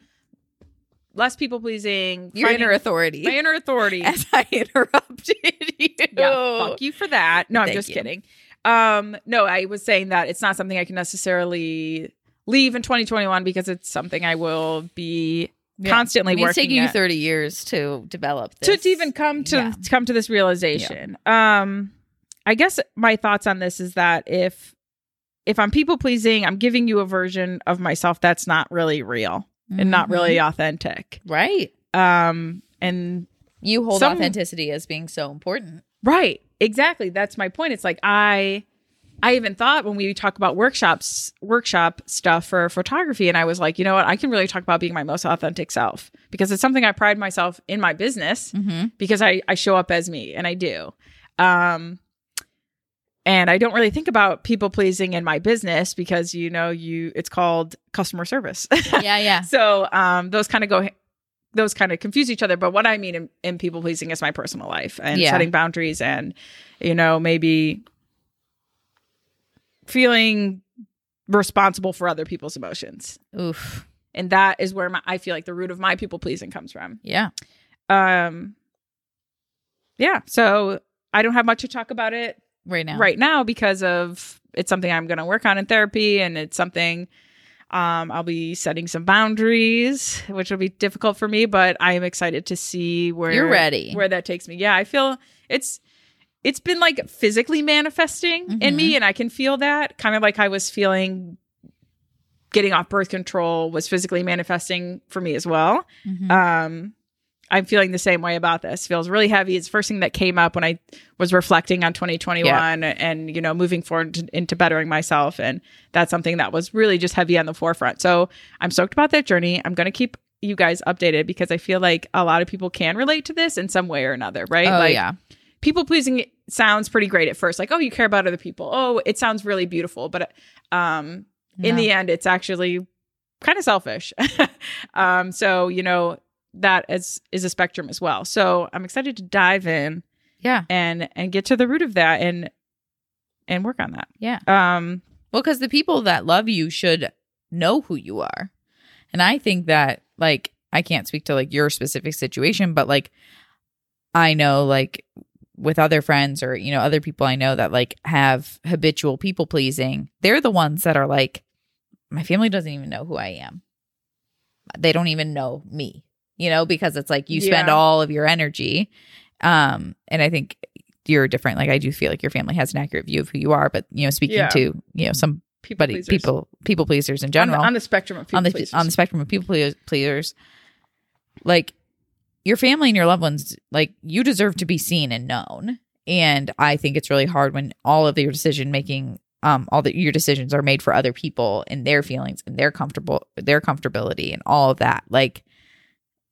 B: Less people pleasing.
A: Your
B: finding-
A: inner authority.
B: my inner authority.
A: As I interrupted you.
B: yeah, fuck you for that. No, I'm
A: Oh, Thank
B: just
A: you.
B: kidding. Um, no, I was saying that it's not something I can necessarily leave in 2021 because it's something I will be
A: Yeah.
B: constantly
A: I mean, it's
B: working
A: taking you
B: at.
A: 30 years to develop
B: to,
A: this.
B: to even come to
A: yeah.
B: come to this realization. Um, I guess my thoughts on this is that if if I'm people pleasing, I'm giving you a version of myself that's not really real and not really authentic.
A: Mhm. Mm-hmm. right
B: Um, and
A: you hold
B: Some-
A: authenticity as being so important
B: right, exactly. That's my point. It's like I, I even thought when we talk about workshops, workshop stuff for photography, and I was like, you know what, I can really talk about being my most authentic self because it's something I pride myself in my business
A: mm-hmm.
B: because I I show up as me and I do. Um, and I don't really think about people pleasing in my business because you know you it's called customer service.
A: yeah yeah
B: so um those kind of go those kind of confuse each other but what i mean in, in people pleasing is my personal life and
A: Yeah.
B: setting boundaries and you know maybe feeling responsible for other people's emotions
A: oof
B: and that is where my, i feel like the root of my people pleasing comes from
A: yeah
B: um yeah so i don't have much to talk about it
A: right now
B: right now because of it's something I'm going to work on in therapy and it's something um, I'll be setting some boundaries, which will be difficult for me, but I am excited to see where
A: You're ready.
B: where that takes me. Yeah, I feel it's it's been like physically manifesting in
A: Mm-hmm.
B: me, and I can feel that kind of like I was feeling getting off birth control was physically manifesting for me as well.
A: Mhm.
B: Um, I'm feeling the same way about this. Feels really heavy. It's the first thing that came up when I was reflecting on 2021 and you know moving forward to- into bettering myself, and that's something that was really just heavy on the forefront. So I'm stoked about that journey. I'm gonna keep you guys updated because I feel like a lot of people can relate to this in some way or another, right?
A: oh
B: like
A: yeah
B: people pleasing sounds pretty great at first, like oh you care about other people, oh it sounds really beautiful, but um, in
A: No.
B: the end it's actually kind of selfish um so you know that is is a spectrum as well so i'm excited to dive in
A: yeah
B: and and get to the root of that and and work on that
A: Yeah.
B: um
A: Well, because the people that love you should know who you are. And I think that, like, I can't speak to like your specific situation, but like, I know, like, with other friends or, you know, other people I know that like have habitual people pleasing, they're the ones that are like, my family doesn't even know who I am. They don't even know me, you know, because it's like you spend
B: Yeah.
A: all of your energy. Um, and I think you're different. Like I do feel like your family has an accurate view of who you are, but you know, speaking
B: Yeah.
A: to you know some
B: people
A: buddy,
B: pleasers.
A: people people pleasers in
B: on the,
A: general
B: on the spectrum of people
A: on the
B: pleasers.
A: on the spectrum of people pleas- pleasers, like your family and your loved ones, like you deserve to be seen and known. And I think it's really hard when all of your decision making, um, all that your decisions are made for other people and their feelings and their comfortable their comfortability and all of that. Like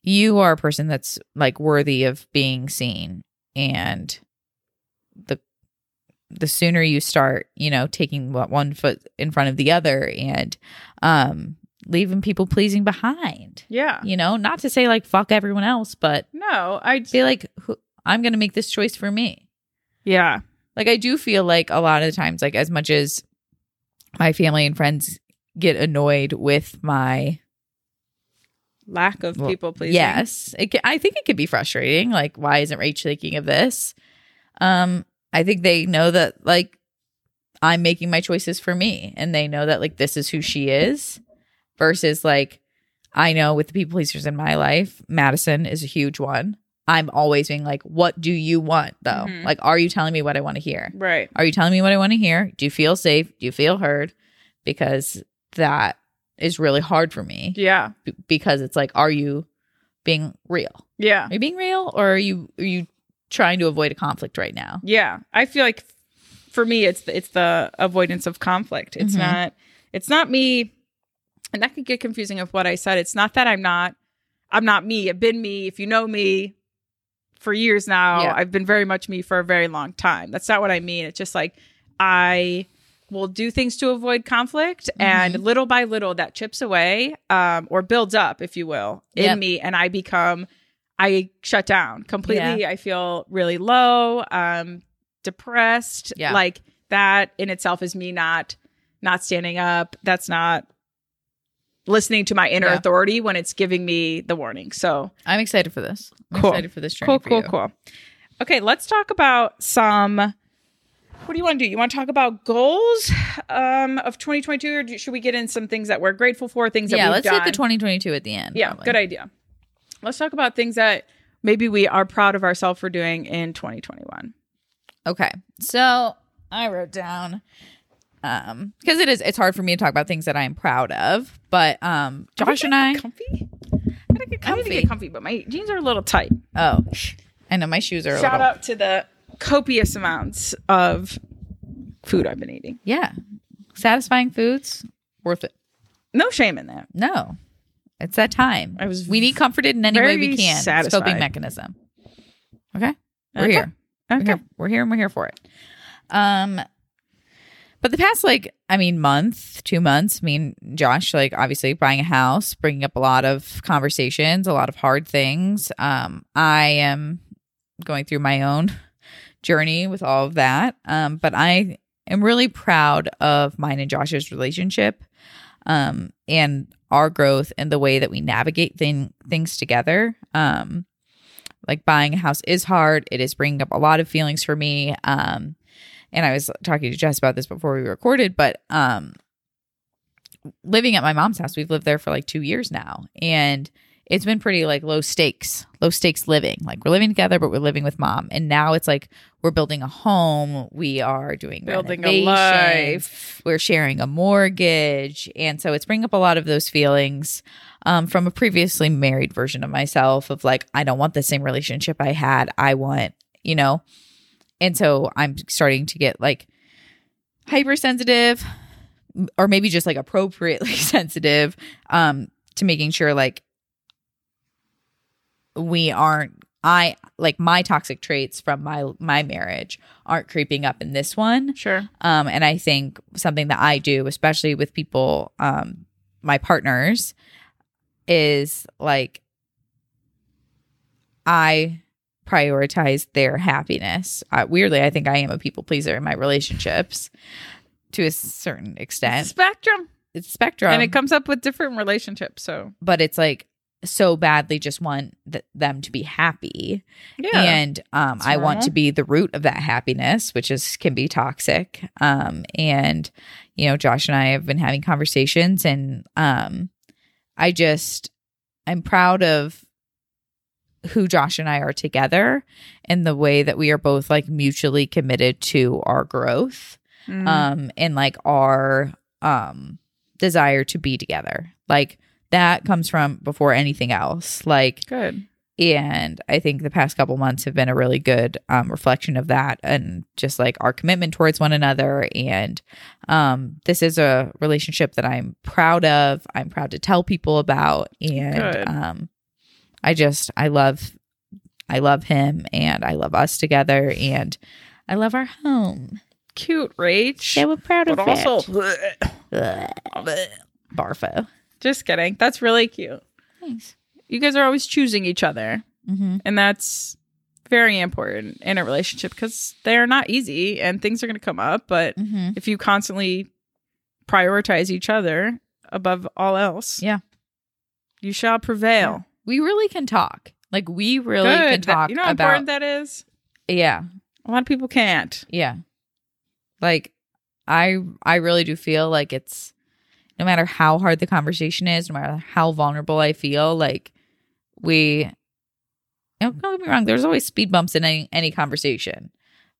A: you are a person that's like worthy of being seen and the the sooner you start you know taking what one foot in front of the other and um leaving people pleasing behind.
B: Yeah.
A: You know, not to say like fuck everyone else, but
B: No, I.
A: be like, who, I'm going to make this choice for me.
B: Yeah.
A: Like, I do feel like a lot of the times, like, as much as my family and friends get annoyed with my
B: Lack of
A: Well,
B: people pleasing.
A: Yes, it ca I think it could be frustrating. Like, why isn't Rach thinking of this? Um, I think they know that like I'm making my choices for me, and they know that like this is who she is. Versus like I know with the people pleasers in my life, Madison is a huge one. I'm always being like, "What do you want, though?
B: Mhm.
A: Like, are you telling me what I want to hear?
B: Right.
A: Are you telling me what I want to hear? Do you feel safe? Do you feel heard? Because that is really hard for me
B: Yeah.
A: b- because it's like are you being real
B: Yeah.
A: are you being real or are you are you trying to avoid a conflict right now
B: Yeah, I feel like for me, it's the, it's the avoidance of conflict. It's
A: Mhm.
B: not it's not me, and that could get confusing of what I said. It's not that I'm not I'm not me. I've been me. If you know me for years now,
A: Yeah.
B: I've been very much me for a very long time. That's not what I mean. It's just like I will do things to avoid conflict and
A: Mm-hmm.
B: little by little that chips away um, or builds up if you will in
A: Yep.
B: me and i become i shut down completely i feel really low um depressed
A: Yeah.
B: like that in itself is me not not standing up that's not listening to my inner
A: Yeah.
B: authority when it's giving me the warning so
A: i'm excited for this i'm
B: Cool.
A: excited for this journey
B: cool
A: for
B: cool
A: you.
B: cool okay let's talk about some what do you want to do you want to talk about goals um, of 2022 or do, should we get in some things that we're grateful for things that
A: yeah
B: we've
A: let's hit
B: done?
A: the 2022 at the end
B: yeah
A: probably.
B: good idea let's talk about things that maybe we are proud of ourselves for doing in 2021
A: okay so i wrote down um because it is it's hard for me to talk about things that i'm proud of but um josh and i
B: comfy I gotta get comfy. I need to get comfy, but my jeans are a little tight.
A: oh i know my shoes are a
B: Shout
A: little
B: out to the copious amounts of food I've been eating.
A: yeah satisfying foods worth it
B: No shame in that.
A: no it's that time
B: I was
A: we need comforted in any way we
B: very
A: can. It's a coping
B: satisfied.
A: mechanism. Okay, we're
B: Okay.
A: here. We're
B: Okay.
A: here. We're here and we're here for it. Um, but the past like I mean month, two months. I mean Josh like obviously buying a house, bringing up a lot of conversations, a lot of hard things. Um, I am going through my own journey with all of that. Um, but I am really proud of mine and Josh's relationship um, and our growth and the way that we navigate thing, things together. Um, like buying a house is hard. It is bringing up a lot of feelings for me. Um, and I was talking to Jess about this before we recorded, but um, living at my mom's house, we've lived there for like two years now, and it's been pretty like low stakes, low stakes living. Like we're living together, but we're living with mom, and now it's like we're building a home. We are doing
B: Building a
A: renovations
B: life.
A: we're sharing a mortgage and so it's bringing up a lot of those feelings um, from a previously married version of myself of like i don't want the same relationship i had i want you know and so i'm starting to get like hypersensitive m- or maybe just like appropriately sensitive um to making sure like we aren't i like my toxic traits from my my marriage aren't creeping up in this one
B: Sure.
A: um, and I think something that I do, especially with people, um, my partners, is like I prioritize their happiness. Uh, weirdly, I think I am a people pleaser in my relationships to a certain extent.
B: Spectrum.
A: It's spectrum,
B: And it comes up with different relationships. So
A: but it's like so badly just want th- them to be happy
B: yeah.
A: and um,
B: It's
A: I want
B: normal.
A: to be the root of that happiness, which is can be toxic. Um, and you know, Josh and I have been having conversations, and um, I just I'm proud of who Josh and I are together and the way that we are both like mutually committed to our growth
B: Mm.
A: um and like our um desire to be together like that comes from before anything else like
B: good.
A: and I think the past couple months have been a really good um, reflection of that and just like our commitment towards one another. And um, this is a relationship that I'm proud of. I'm proud to tell people about.
B: Good.
A: And um, I just, I love, I love him and I love us together and I love our home.
B: Cute, Rach.
A: So we're proud
B: but
A: of
B: also
A: it. Ugh. Barfo.
B: Just kidding. That's really cute.
A: Thanks.
B: You guys are always choosing each other,
A: Mm-hmm.
B: and that's very important in a relationship because they're not easy and things are going to come up. But
A: Mm-hmm.
B: if you constantly prioritize each other above all else,
A: Yeah.
B: you shall prevail.
A: We really can talk. Like we really can
B: Good. That-
A: talk
B: you know how
A: about.
B: important that is.
A: yeah,
B: A lot of people can't.
A: yeah. Like I, I really do feel like it's no matter how hard the conversation is, no matter how vulnerable I feel, like we. and Don't get me wrong. There's always speed bumps in any any conversation,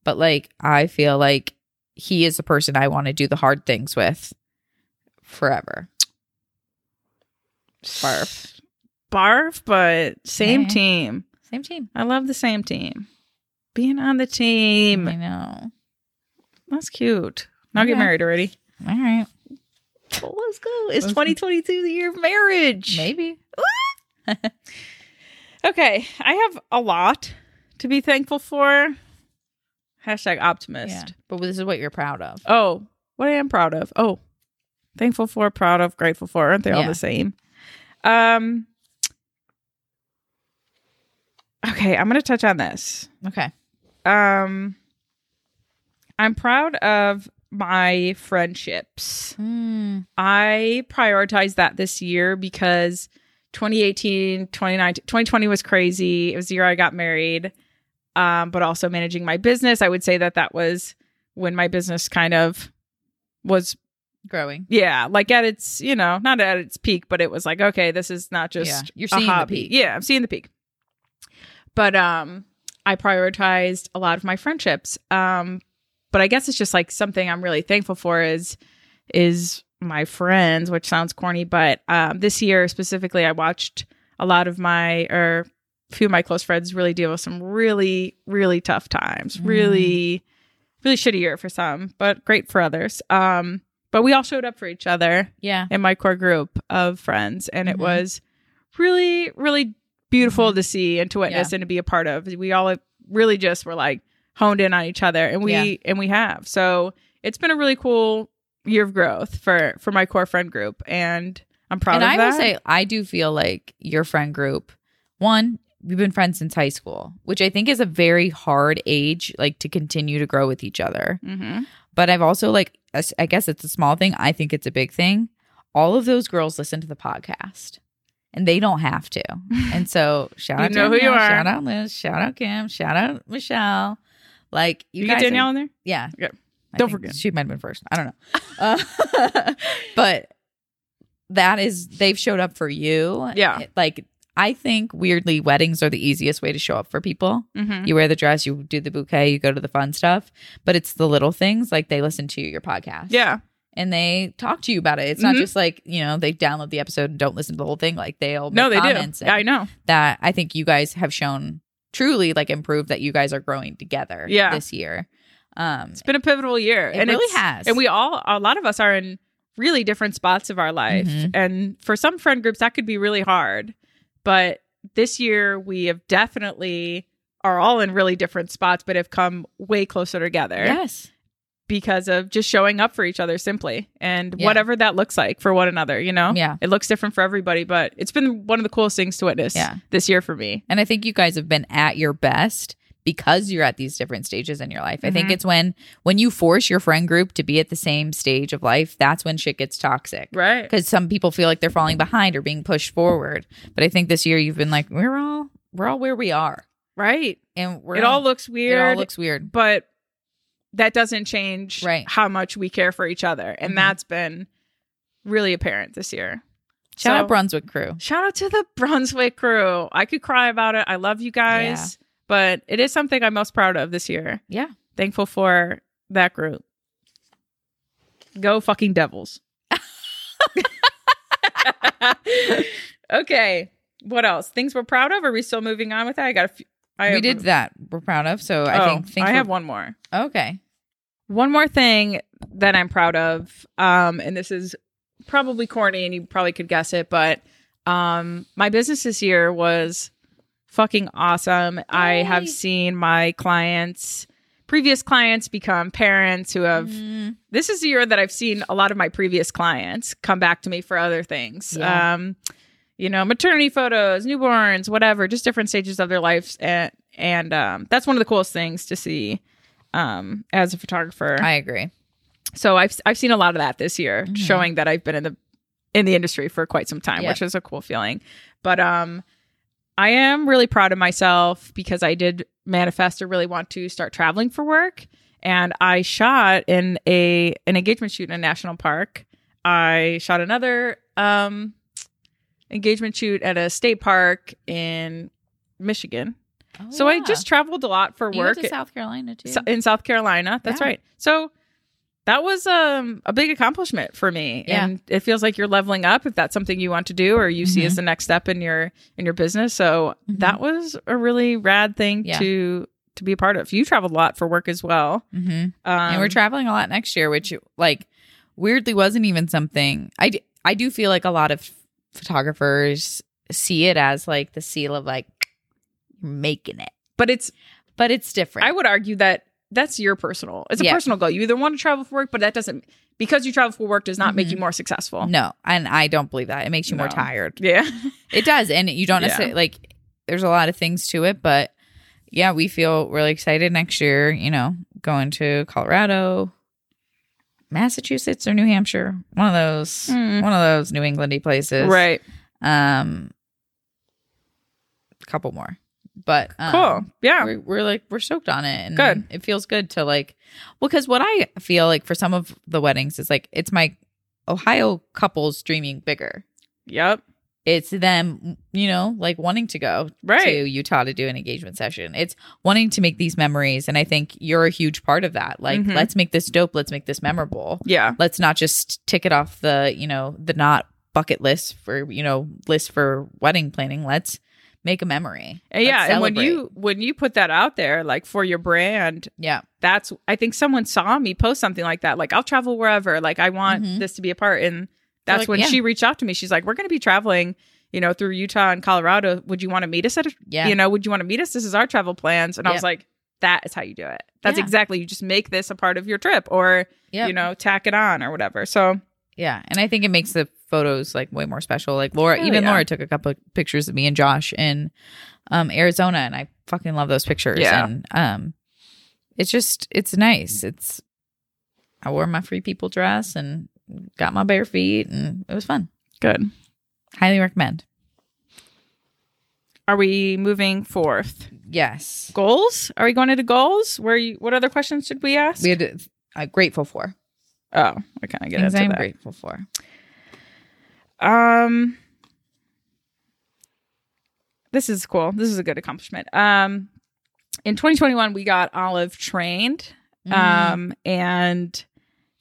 A: but like I feel like he is the person I want to do the hard things with forever. Barf.
B: Barf, but same
A: Yeah.
B: team.
A: Same team.
B: I love the same team. Being on the
A: I
B: team.
A: know.
B: That's cute. Now get
A: Yeah.
B: married already.
A: All right.
B: Let's go. It's
A: Let's-
B: 2022 the year of marriage.
A: Maybe.
B: Okay. I have a lot to be thankful for. Hashtag optimist.
A: Yeah. But this is what you're proud of.
B: Oh, what I am proud of. Oh, thankful for, proud of, grateful for. Aren't they all
A: Yeah.
B: the same? Um. Okay, I'm going to touch on this.
A: Okay.
B: Um, I'm proud of my friendships.
A: Mm.
B: I prioritized that this year because 2018, 2019, 2020 was crazy. It was the year I got married, um, but also managing my business. I would say that that was when my business kind of was,
A: Growing.
B: yeah, like at its, you know, not at its peak, but it was like, okay, this is not just
A: yeah. You're
B: a
A: seeing the
B: hobby.
A: peak.
B: Yeah, I'm seeing the peak. But um I prioritized a lot of my friendships. Um but I guess it's just like something I'm really thankful for is is my friends, which sounds corny, but um this year specifically I watched a lot of my or a few of my close friends really deal with some really really tough times.
A: Mm.
B: Really really shitty year for some, but great for others. Um but we all showed up for each other
A: Yeah.
B: in my core group of friends and
A: Mhm.
B: it was really really beautiful
A: Mm-hmm.
B: to see and to witness and to be a part of we all really just were like honed in on each other and we
A: Yeah.
B: and we have so it's been a really cool year of growth for for my core friend group and i'm proud
A: and
B: of
A: I
B: that
A: will say, I do feel like your friend group, one, we've been friends since high school, which I think is a very hard age, like to continue to grow with each other.
B: hmm
A: But I've also, like, I s- I guess it's a small thing. I think it's a big thing. All of those girls listen to the podcast and they don't have to. And so, shout
B: You
A: out
B: know who you
A: Danielle,
B: are.
A: Shout out Liz. Shout out Kim. Shout out Michelle. Like,
B: you,
A: you,
B: get
A: guys are-
B: danielle in there
A: Yeah.
B: Okay.
A: I
B: Don't
A: think
B: forget.
A: She might have been first. I don't know. Uh, but that is, they've showed up for you.
B: Yeah.
A: It- Like, I think weirdly, weddings are the easiest way to show up for people.
B: mm-hmm.
A: You wear the dress, you do the bouquet, you go to the fun stuff, but it's the little things like they listen to your podcast
B: yeah
A: and they talk to you about it. It's not
B: Mhm.
A: just like, you know, they download the episode and don't listen to the whole thing. Like, they'll
B: no
A: make
B: they
A: comments
B: do
A: and
B: i know
A: that I think you guys have shown truly like improved that you guys are growing together
B: Yeah.
A: this year. Um,
B: it's been a pivotal year
A: It
B: and
A: really
B: it's-
A: has.
B: and we all a lot of us are in really different spots of our life
A: Mhm.
B: and for some friend groups that could be really hard but this year we have definitely are all in really different spots but have come way closer together
A: yes.
B: because of just showing up for each other simply and
A: Yeah.
B: whatever that looks like for one another you know
A: Yeah.
B: it looks different for everybody but it's been one of the coolest things to witness
A: Yeah.
B: this year for me
A: And I think you guys have been at your best because you're at these different stages in your life. I think
B: Mhm.
A: it's when when you force your friend group to be at the same stage of life, that's when shit gets toxic.
B: right
A: Because some people feel like they're falling behind or being pushed forward. But I think this year you've been like, we're all we're all where we are.
B: right
A: And we're
B: it all looks
A: it
B: weird
A: all looks weird.
B: but that doesn't change
A: Right.
B: how much we care for each other and
A: Mhm.
B: that's been really apparent this year
A: Shout
B: So-
A: out Brunswick crew.
B: shout out to the brunswick crew i could cry about it i love you guys but it is something i'm most proud of this year
A: Yeah.
B: thankful for that group go fucking devils okay what else things we're proud of are we still moving on with that i got a few I
A: we
B: have-
A: did that. We're proud of. So
B: Oh,
A: I think things
B: i
A: were-
B: have one more
A: Okay.
B: One more thing that I'm proud of, um, and this is probably corny and you probably could guess it, but um, my business this year was fucking awesome. I
A: Yay.
B: have seen my clients previous clients become parents who have
A: Mm,
B: this is the year that I've seen a lot of my previous clients come back to me for other things.
A: Yeah.
B: Um, you know, maternity photos, newborns, whatever, just different stages of their lives. And, and um, that's one of the coolest things to see um, as a photographer.
A: I agree.
B: so I've, I've seen a lot of that this year,
A: Mhm.
B: showing that I've been in the in the industry for quite some time,
A: Yeah.
B: which is a cool feeling. But um, I am really proud of myself because I did manifest or really want to start traveling for work. And I shot in a an engagement shoot in a national park. I shot another um, engagement shoot at a state park in Michigan.
A: Oh,
B: so I
A: yeah.
B: just traveled a lot for
A: You
B: work.
A: went to South Carolina too.
B: So- in South Carolina. That's
A: Yeah.
B: right. So that was um, a big accomplishment for me,
A: Yeah.
B: and it feels like you're leveling up if that's something you want to do or you see
A: Mhm.
B: as the next step in your in your business. So
A: Mhm.
B: that was a really rad thing
A: Yeah.
B: to to be a part of. You traveled a lot for work as well,
A: hmm
B: um,
A: and we're traveling a lot next year which like weirdly wasn't even something i d- i do feel like a lot of photographers see it as like the seal of like you're making it
B: but it's
A: but it's different
B: I would argue that that's your personal. It's a
A: Yeah.
B: personal goal. You either want to travel for work, but that doesn't because you travel for work does not make
A: Mhm.
B: you more successful.
A: no and i don't believe that it makes you more
B: No.
A: tired
B: Yeah.
A: it does and you don't
B: Yeah.
A: necessarily like there's a lot of things to it but yeah we feel really excited next year you know going to colorado massachusetts or new hampshire one of those
B: Mm.
A: one of those new englandy places
B: Right.
A: um a couple more but um,
B: cool. Yeah.
A: we're, we're like we're stoked on it and
B: Good.
A: it feels good to like well because what i feel like for some of the weddings is like it's my ohio couples dreaming bigger
B: Yep.
A: it's them you know like wanting to go to
B: Right.
A: utah to do an engagement session it's wanting to make these memories and i think you're a huge part of that like
B: Mhm.
A: let's make this dope let's make this memorable
B: Yeah.
A: let's not just tick it off the you know the not bucket list for you know list for wedding planning let's make a memory Let's
B: yeah. And when
A: celebrate.
B: you when you put that out there, like for your brand,
A: yeah
B: that's I think someone saw me post something like that. Like I'll travel wherever. Like I want
A: Mhm.
B: this to be a part. And that's
A: like,
B: when
A: yeah.
B: she reached out to me. She's like, "We're going to be traveling, you know, through Utah and Colorado. Would you want to meet us at? A,
A: yeah
B: You know, would you want to meet us? This is our travel plans." And I
A: Yep.
B: was like, "That is how you do it. That's
A: Yeah.
B: exactly. You just make this a part of your trip, or
A: Yep.
B: you know, tack it on or whatever." So
A: yeah and i think it makes the photos like way more special like laura
B: Hell
A: even
B: yeah.
A: laura took a couple of pictures of me and josh in um arizona and i fucking love those pictures
B: Yeah.
A: and um it's just it's nice it's i wore my free people dress and got my bare feet and it was fun
B: good.
A: highly recommend
B: Are we moving forth?
A: yes
B: Goals? Are we going into goals? Where? You, what other questions should we ask?
A: we had uh, grateful for
B: oh, we kind of get into
A: things I'm
B: that.
A: grateful for.
B: Um, this is cool. This is a good accomplishment. Um, in 2021, we got Olive trained,
A: Um,
B: um, and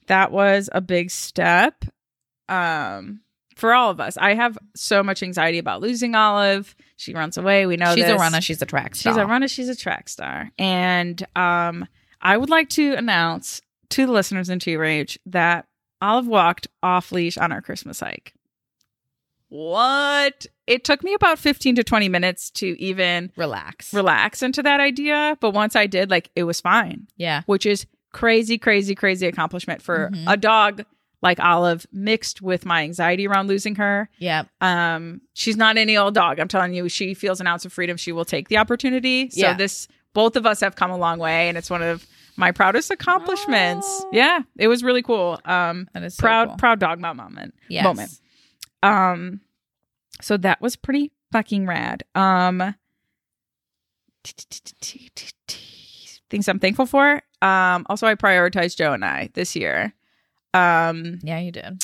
B: that was a big step um, for all of us. I have so much anxiety about losing Olive. She runs away. We know
A: she's a
B: this.
A: runner. She's a track star.
B: She's a runner. She's a track star. And um, I would like to announce to the listeners in Two Rage that Olive walked off leash on our Christmas hike. What? It took me about 15 to 20 minutes to even
A: Relax.
B: relax into that idea. But once I did, like, it was fine,
A: yeah.
B: which is crazy, crazy, crazy accomplishment for
A: Mhm.
B: a dog like Olive mixed with my anxiety around losing her.
A: Yeah.
B: Um, she's not any old dog. I'm telling you, she feels an ounce of freedom. She will take the opportunity. So
A: Yeah.
B: this, both of us have come a long way, and it's one of my proudest accomplishments.
A: Oh.
B: Yeah, it was really cool. Um,
A: That is so
B: proud,
A: cool.
B: proud dog mom moment.
A: Yes.
B: moment. Um, so that was pretty fucking rad. Um, things I'm thankful for. Um, also I prioritized Joe and I this year. Um,
A: Yeah, you did.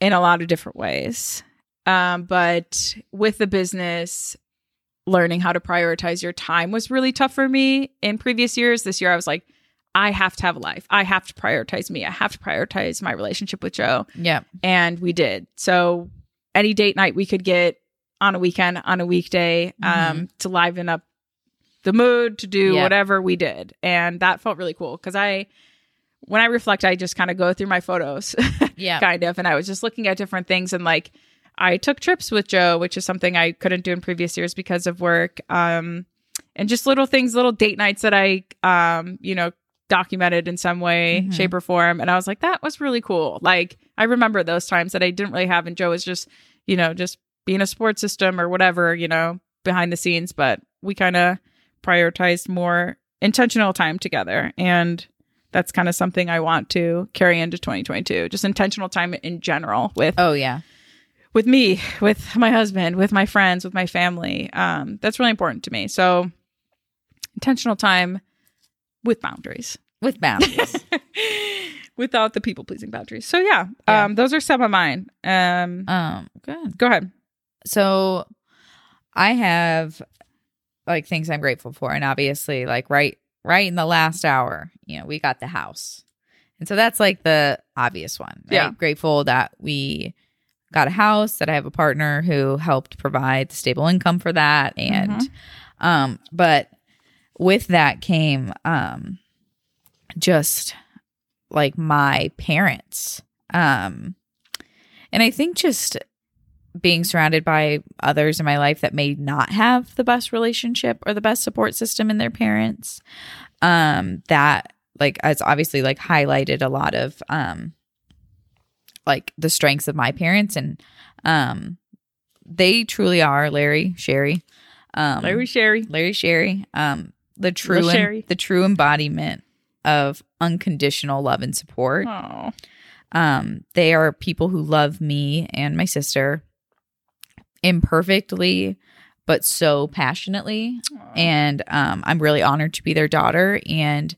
B: in a lot of different ways. Um, but with the business, learning how to prioritize your time was really tough for me in previous years. This year, I was like, I have to have a life. I have to prioritize me. I have to prioritize my relationship with Joe.
A: Yeah.
B: And we did. So, any date night we could get on a weekend, on a weekday, um, to liven up the mood, to do
A: Yeah.
B: whatever we did. And that felt really cool because I, when I reflect, I just kind of go through my photos
A: Yeah.
B: kind of. And I was just looking at different things and like I took trips with Joe, which is something I couldn't do in previous years because of work. Um, and just little things, little date nights that I, um, you know, documented in some way,
A: Mhm.
B: shape, or form. And I was like, that was really cool. Like, I remember those times that I didn't really have, and Joe was just, you know, just being a sports system or whatever, you know, behind the scenes. But we kind of prioritized more intentional time together. And that's kind of something I want to carry into 2022, just intentional time in general with
A: Oh yeah.
B: with me, with my husband, with my friends, with my family. Um, that's really important to me. So intentional time with boundaries.
A: With boundaries.
B: Without the people pleasing boundaries. So yeah,
A: Yeah.
B: Um, those are some of mine. Um,
A: um good.
B: go ahead.
A: So I have like things I'm grateful for and obviously like right right in the last hour, you know, we got the house. And so that's like the obvious one. Right?
B: Yeah.
A: Grateful that we got a house, that I have a partner who helped provide the stable income for that and
B: Mhm.
A: um but with that came um just like my parents um and i think just being surrounded by others in my life that may not have the best relationship or the best support system in their parents um that like has obviously like highlighted a lot of um like the strengths of my parents and um they truly are larry sherry um
B: Larry Sherry.
A: Larry Sherry, um, the true
B: Little Sherry.
A: the true embodiment of unconditional love and support.
B: Oh,
A: Um, they are people who love me and my sister imperfectly, but so passionately. And um, I'm really honored to be their daughter. And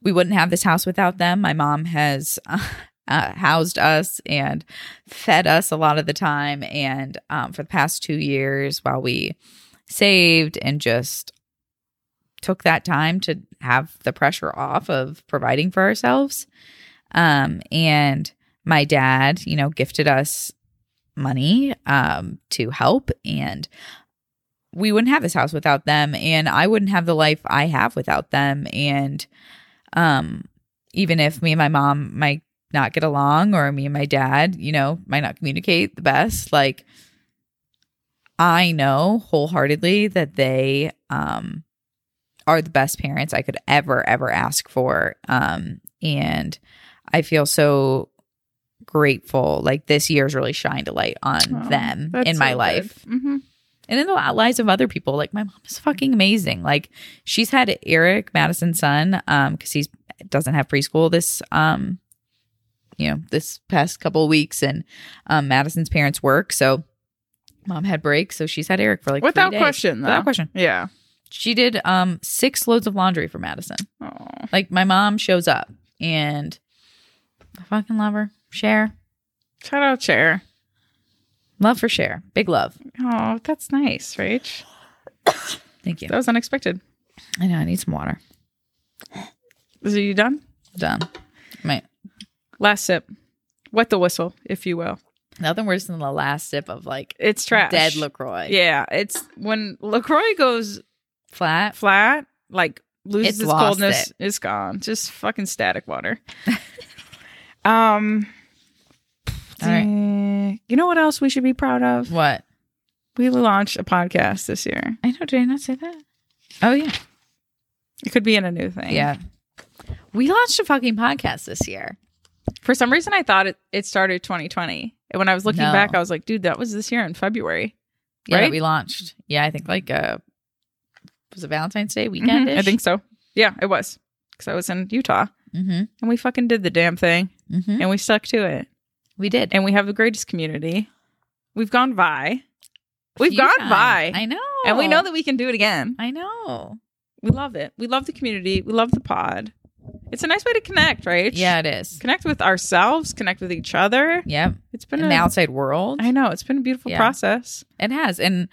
A: we wouldn't have this house without them. My mom has uh, uh, housed us and fed us a lot of the time. And um, for the past two years, while we saved and just took that time to have the pressure off of providing for ourselves. Um, and my dad, you know, gifted us money um, to help. And we wouldn't have this house without them. And I wouldn't have the life I have without them. And um, even if me and my mom might not get along or me and my dad, you know, might not communicate the best, like I know wholeheartedly that they um are the best parents I could ever ever ask for um and I feel so grateful like this year's really shined a light on
B: Oh,
A: them in my life
B: Mm-hmm.
A: and in the lives of other people like my mom is fucking amazing like she's had eric madison's son um because he's doesn't have preschool this um you know this past couple of weeks and um madison's parents work so mom had breaks so she's had eric for like three
B: Without
A: days.
B: question, though.
A: without question
B: Yeah.
A: she did um six loads of laundry for madison
B: Oh.
A: like my mom shows up and I fucking love her share
B: Shout out Cher.
A: love for share big love
B: Oh, that's nice, Rach.
A: thank you
B: That was unexpected.
A: i know i need some water
B: Is it you done?
A: done my
B: Last sip. Wet the whistle, if you will.
A: Nothing worse than the last sip of like
B: It's trash.
A: dead LaCroix.
B: Yeah, it's when Lacroix goes
A: Flat.
B: flat, like loses
A: It's
B: its,
A: lost
B: coldness, it. has gone. Just fucking static water. um,
A: All right.
B: eh, you know what else we should be proud of?
A: What?
B: We launched a podcast this year.
A: I know. Did I not say that? Oh, yeah.
B: It could be in a new thing.
A: Yeah. We launched a fucking podcast this year.
B: For some reason, I thought it, it started 2020. And when I was looking
A: No.
B: back, I was like, dude, that was this year in February.
A: Yeah,
B: Right?
A: we launched. Yeah, I think like uh was it Valentine's Day
B: Mhm,
A: weekend?
B: I think so. Yeah, it was. Because I was in Utah
A: Mm-hmm.
B: and we fucking did the damn thing
A: Mm-hmm.
B: and we stuck to it.
A: We did.
B: and we have the greatest community. We've gone by. We've
A: Few
B: gone
A: times.
B: by.
A: I know.
B: And we know that we can do it again.
A: I know.
B: We love it. We love the community. We love the pod. It's a nice way to connect, right?
A: Yeah, it is.
B: Connect with ourselves, connect with each other.
A: Yep.
B: It's been
A: In
B: a,
A: the outside world.
B: I know, it's been a beautiful
A: Yeah.
B: process.
A: It has. And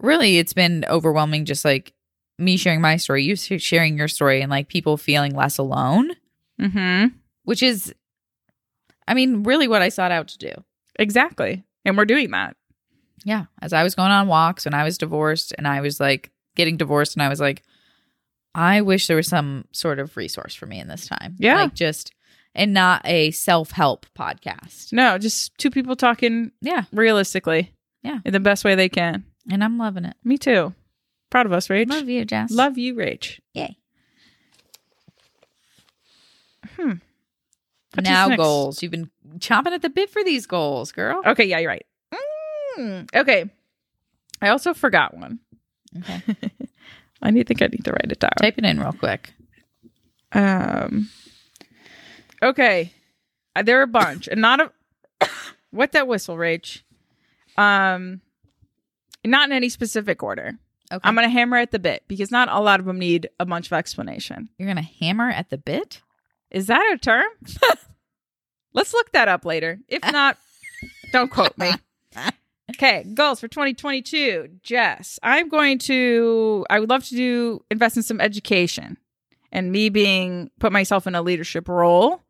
A: really, it's been overwhelming just like me sharing my story, you sh- sharing your story, and like people feeling less alone,
B: Mhm.
A: which is, I mean, really what I sought out to do.
B: Exactly. And we're doing that.
A: Yeah. As I was going on walks when I was divorced and I was like getting divorced, and I was like, I wish there was some sort of resource for me in this time.
B: Yeah.
A: Like just, and not a self help podcast.
B: No, just two people talking
A: Yeah.
B: realistically.
A: Yeah.
B: In the best way they can.
A: And I'm loving it.
B: Me too. Proud of us, Rach.
A: Love you, Jess.
B: Love you, Rach.
A: Yay.
B: Hmm. What is
A: now
B: next?
A: goals. You've been chomping at the bit for these goals, girl.
B: Okay, yeah, you're right. Mm, okay. I also forgot one.
A: Okay.
B: I need think I need to write it down.
A: Type it in real quick.
B: Um. Okay, Uh, there are a bunch, and not a what that whistle, Rach. Um, not in any specific order.
A: Okay.
B: I'm gonna hammer at the bit because not a lot of them need a bunch of explanation.
A: You're gonna hammer at the bit?
B: Is that a term? Let's look that up later. If not, don't quote me. Okay, goals for 2022. Jess, I'm going to, I would love to do, invest in some education and me being, put myself in a leadership role.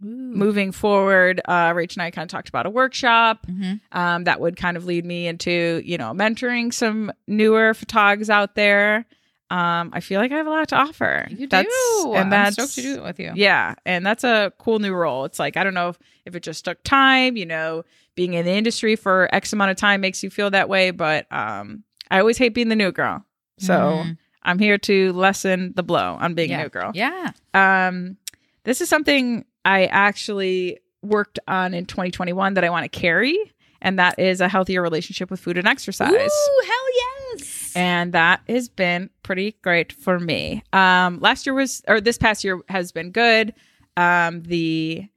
A: Hmm.
B: Moving forward, uh, Rach and I kind of talked about a workshop
A: Mhm.
B: um, that would kind of lead me into, you know, mentoring some newer photogs out there. Um, I feel like I have a lot to offer.
A: You
B: That's-
A: do.
B: And that's,
A: I'm stoked to do it with you.
B: yeah, and that's a cool new role. It's like I don't know if, if it just took time, you know, being in the industry for X amount of time makes you feel that way, but um I always hate being the new girl. So
A: Mhm.
B: I'm here to lessen the blow on being
A: yeah.
B: a new girl.
A: Yeah.
B: Um this is something I actually worked on in 2021 that I want to carry, and that is a healthier relationship with food and exercise
A: Ooh, hell yes.
B: and that has been pretty great for me. Um, last year was, or this past year has been good. Um, the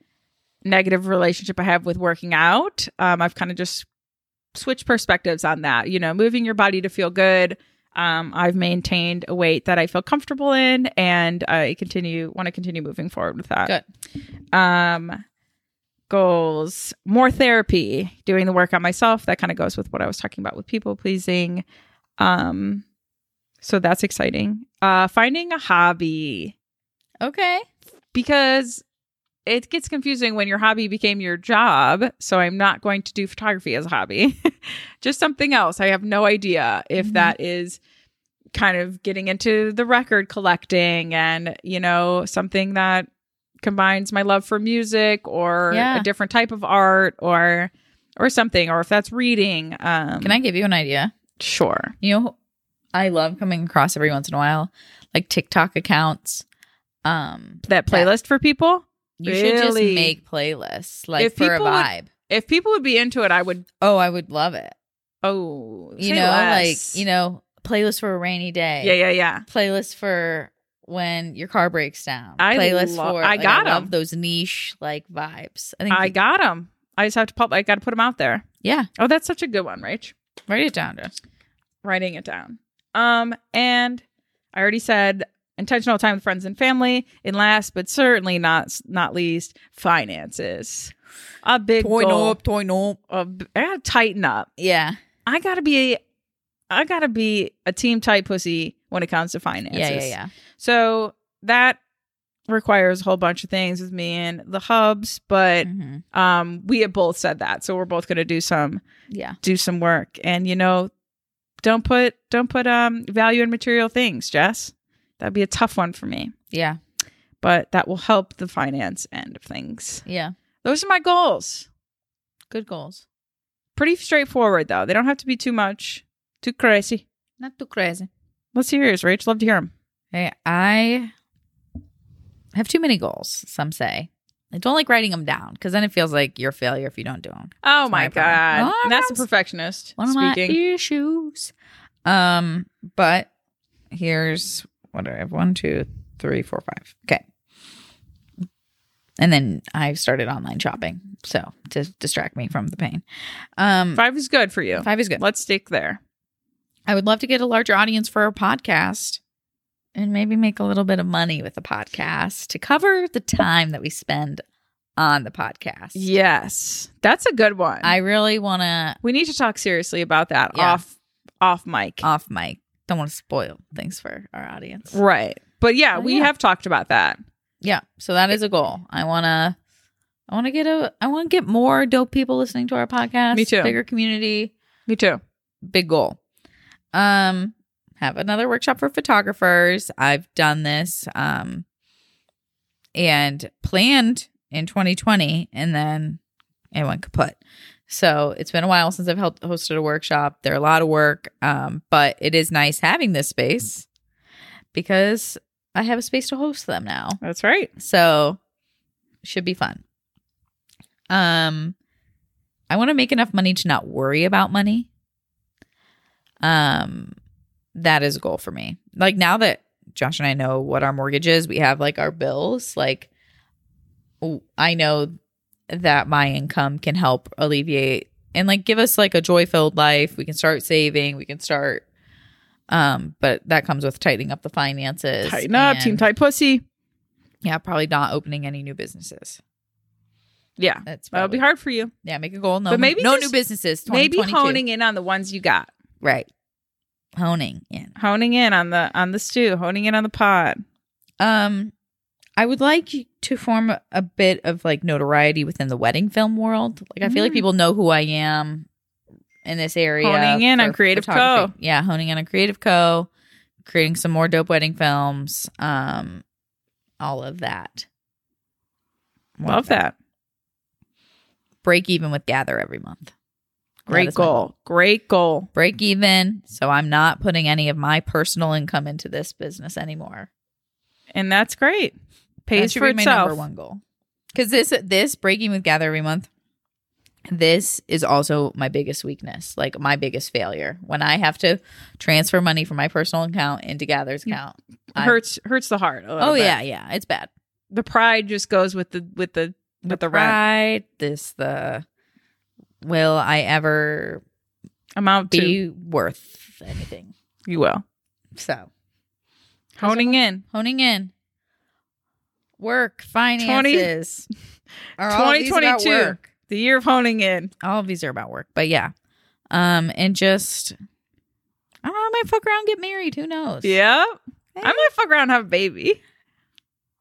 B: negative relationship I have with working out, um, I've kind of just switched perspectives on that. You know, moving your body to feel good. Um, I've maintained a weight that I feel comfortable in, and I continue want to continue moving forward with that. Um, goals, more therapy, doing the work on myself. That kind of goes with what I was talking about with people pleasing. Um, so that's exciting. Uh, finding a hobby
A: Okay.
B: because it gets confusing when your hobby became your job. So I'm not going to do photography as a hobby, just something else. I have no idea if
A: Mhm.
B: that is kind of getting into the record collecting and, you know, something that combines my love for music or
A: Yeah.
B: a different type of art or or something or if that's reading um
A: Can I give you an idea?
B: sure
A: You know, I love coming across every once in a while, like TikTok accounts. Um, That-
B: that playlist for people
A: you should just
B: Really?
A: make playlists like
B: If
A: for a
B: people would-
A: vibe.
B: if people would be into it i would
A: oh, I would love it.
B: oh
A: You know, like you know, playlist for a rainy day.
B: yeah yeah yeah
A: Playlist for when your car breaks down.
B: I
A: playlist
B: lo-
A: for
B: I
A: like,
B: got 'em.
A: love those niche like vibes. I think
B: I
A: that-
B: got them. I just have to pop. I got to put them out there.
A: yeah.
B: Oh, that's such a good one, Rach.
A: Write it down, Jess.
B: Writing it down. Um, and I already said intentional time with friends and family, and last but certainly not not least, finances. A big goal.
A: toin up.
B: a b- I gotta tighten up.
A: Yeah.
B: I gotta be. I gotta be a team tight pussy when it comes to finances.
A: Yeah, yeah, yeah.
B: So that requires a whole bunch of things with me and the hubs, but
A: Mhm.
B: um, we have both said that, so we're both gonna do some
A: Yeah.
B: do some work and you know don't put don't put um value in material things jess that'd be a tough one for me
A: Yeah.
B: but that will help the finance end of things
A: Yeah.
B: those are my goals
A: Good goals.
B: pretty straightforward though they don't have to be too much too crazy
A: Not too crazy.
B: let's hear yours rach love to hear them
A: Hey, I have too many goals, some say. I don't like writing them down because then it feels like you're a failure if you don't do them.
B: oh
A: my
B: my
A: problem.
B: god
A: Oh,
B: And that's a
A: that's
B: perfectionist
A: One of
B: speaking
A: my issues. Um, but here's what do I have? One, two, three, four, five. Okay. And then I started online shopping. So to distract me from the pain. Um
B: five is good for you
A: five is good.
B: let's stick there
A: I would love to get a larger audience for our podcast and maybe make a little bit of money with the podcast to cover the time that we spend on the podcast.
B: yes that's a good one
A: I really want to
B: we need to talk seriously about that
A: Yeah.
B: off off mic
A: off mic. Don't want to spoil things for our audience.
B: Right. But yeah,
A: Oh,
B: we
A: yeah.
B: have talked about that.
A: Yeah, so that is a goal. I want to I want to get a I want to get more dope people listening to our podcast.
B: Me too.
A: Bigger community,
B: Me too.
A: big goal. Um have another workshop for photographers. I've done this um and planned in 2020 and then it went kaput. So it's been a while since I've held, hosted a workshop. They're a lot of work, um, but it is nice having this space because I have a space to host them now.
B: That's right.
A: So should be fun. Um I want to make enough money to not worry about money. Um that is a goal for me. Like now that Josh and I know what our mortgage is, we have like our bills, like w- I know that my income can help alleviate and like give us like a joy-filled life. We can start saving, we can start um but that comes with tightening up the finances.
B: Tighten up, team
A: and-
B: tight pussy.
A: yeah, probably not opening any new businesses.
B: Yeah.
A: That's
B: That'll be
A: probably-
B: hard for you.
A: Yeah, make a goal. No,
B: But maybe
A: no
B: just-
A: new businesses.
B: Maybe
A: 2022.
B: honing in on the ones you got.
A: Right. Honing in.
B: Honing in on the on the stew, honing in on the pot.
A: Um, I would like to form a bit of like notoriety within the wedding film world. Like I feel like
B: Mm.
A: people know who I am in this area.
B: Honing in on
A: for
B: Creative Co.
A: photography. Yeah, honing in on Creative Co. Creating some more dope wedding films. Um, all of that.
B: Love that.
A: Break even with Gather every month. That
B: Great
A: is my
B: goal. Great goal.
A: break even. So I'm not putting any of my personal income into this business anymore.
B: And that's great. Pays
A: that should
B: for
A: be my number
B: itself.
A: one goal. Because this this breaking with gather every month, this is also my biggest weakness, like my biggest failure. When I have to transfer money from my personal account into Gather's
B: You-
A: account. I-
B: Hurts hurts the heart. a little
A: Oh
B: bit.
A: yeah, yeah, it's bad.
B: The pride just goes with the with the with the, rent
A: pride, this the will I ever
B: amount too.
A: be worth anything?
B: You will.
A: So
B: Honing in.
A: honing in. Work, finances. are all these about
B: 2022.
A: work?
B: The year of honing in.
A: All of these are about work, but yeah. Um, and just I don't know, I might fuck around and get married. Who knows?
B: Yeah. I'm gonna fuck around and have a baby.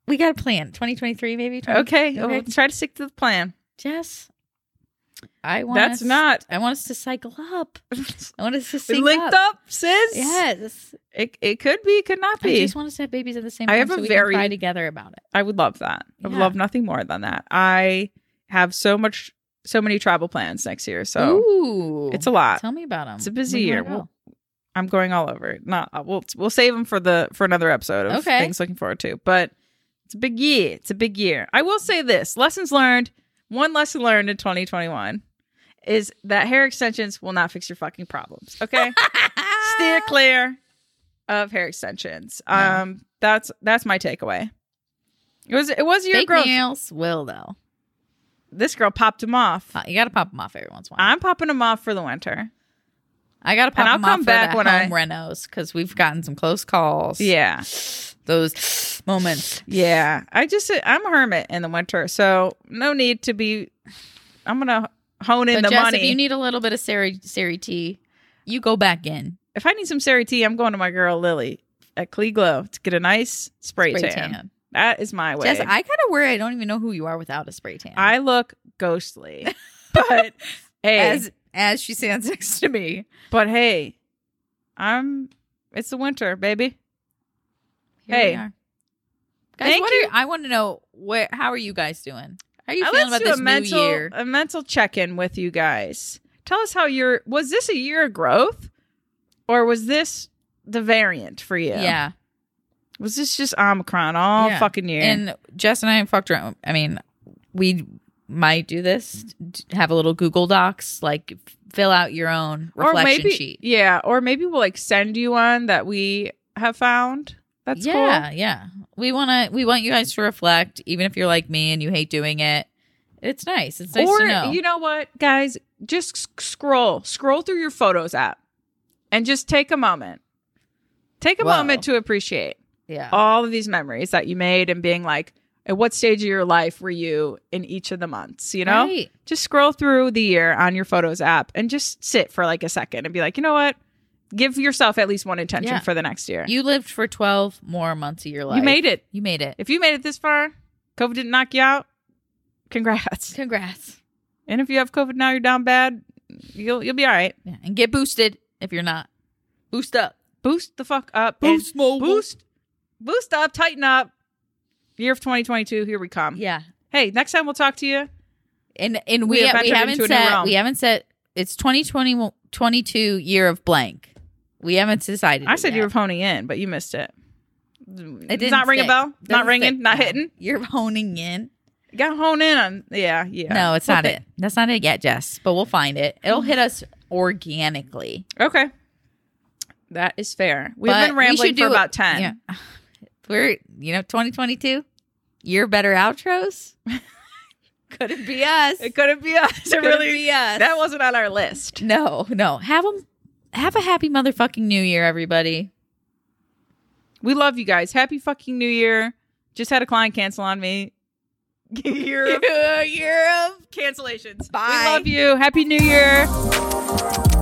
A: We got a plan. Twenty twenty three, maybe. 20
B: Okay.
A: Okay.
B: We'll try to stick to the plan.
A: Jess. I want
B: That's
A: us,
B: not
A: I want us to cycle up. I want us to
B: we
A: sync
B: linked up, sis.
A: Yes.
B: It it could be, could not
A: I
B: be.
A: just want us to have babies at the same
B: I
A: time.
B: have
A: so
B: a
A: we
B: very-
A: can cry together about it.
B: I would love that. I would
A: Yeah.
B: love nothing more than that. I have so much, so many travel plans next year. So
A: Ooh,
B: it's a lot.
A: Tell me about them.
B: It's a busy year. We'll- I'm going all over. Not uh, we'll we'll save them for the for another episode of
A: Okay.
B: things looking forward to. But it's a big year. It's a big year. I will say this: lessons learned. One lesson learned in 2021 is that hair extensions will not fix your fucking problems. Okay. steer clear of hair extensions.
A: No.
B: Um, that's that's my takeaway. It was it was your
A: Fake
B: growth.
A: nails will though.
B: This girl popped him off.
A: Uh, You got to pop them off every once in a while.
B: I'm popping him off for the winter.
A: I gotta pop
B: And I'll
A: them off
B: come
A: for
B: back
A: that
B: when
A: home renos because we've gotten some close calls.
B: Yeah,
A: those moments.
B: yeah. I just I'm a hermit in the winter, so no need to be. I'm gonna hone in
A: But
B: the
A: Jess,
B: money.
A: if you need a little bit of Sari Sari tea, you go back in.
B: if I need some Sari tea, I'm going to my girl Lily at Clee Glow to get a nice spray,
A: Spray
B: tan.
A: tan.
B: That is my way.
A: Jess, I kind of worry. I don't even know who you are without a spray tan.
B: I look ghostly, but hey,
A: as as she stands next to me.
B: But hey, I'm. It's the winter, baby.
A: Here
B: Hey.
A: we are. guys,
B: Thank
A: what
B: you.
A: are I want to know where? How are you guys doing? How are you
B: Uh,
A: feeling about
B: do
A: this
B: a
A: new
B: mental
A: year?
B: a mental check in with you guys. Tell us how your was this a year of growth, or was this the variant for you?
A: Yeah.
B: was this just Omicron all
A: Yeah.
B: fucking year?
A: and Jess and I fucked around. I mean, we might do this. d- Have a little Google Docs, like f- fill out your own reflection
B: or maybe,
A: sheet.
B: Yeah, or maybe we'll like send you one that we have found. That's
A: yeah, yeah. We wanna, we want you guys to reflect, even if you're like me and you hate doing it. It's nice. It's
B: cool.
A: nice
B: or
A: to know.
B: you know what, guys, just sc- scroll scroll through your Photos app, and just take a moment. Take a
A: Whoa.
B: moment to appreciate.
A: yeah,
B: all of these memories that you made and being like, at what stage of your life were you in each of the months? You know,
A: Right.
B: just scroll through the year on your photos app and just sit for like a second and be like, you know what? Give yourself at least one intention
A: Yeah.
B: for the next year. You,
A: You lived for twelve more months of your life.
B: made it.
A: You made it.
B: If you made it this far, COVID didn't knock you out. Congrats.
A: Congrats.
B: And if you have COVID now, you're down bad. You'll you'll be all right.
A: Yeah, and get boosted if you're not. Boost up.
B: Boost the fuck up. and
A: Boost mobile.
B: Boost. Boost up. Tighten up. Year of 2022. Here we come.
A: Yeah.
B: Hey, next time we'll talk to you
A: and and
B: We
A: we we,
B: have entered
A: haven't
B: into a new
A: said
B: realm.
A: we haven't said it's 2020 22 year of blank. We haven't decided.
B: I
A: it
B: said
A: yet.
B: you were pony in, but you missed it. It
A: didn't
B: not ring a
A: stick.
B: bell. not
A: Doesn't
B: ringing.
A: stick.
B: Not
A: No.
B: hitting.
A: You're honing in.
B: Got honed in on. Yeah, yeah.
A: No, it's
B: Flip
A: not it. That's not it yet, Jess. But we'll find it. It'll hit us organically.
B: Okay, that is fair. We've
A: But
B: been
A: we
B: rambling
A: should
B: for
A: do-
B: about ten.
A: Yeah. We're you know 2022 year better outros. Could it be us?
B: It couldn't be us. It
A: Could it
B: really
A: be us?
B: that wasn't on our list.
A: No, no. Have them have a happy motherfucking new year, everybody.
B: We love you guys. Happy fucking New Year. Just had a client cancel on me. Year of
A: Europe.
B: cancellations.
A: Bye.
B: We love you. Happy New Year.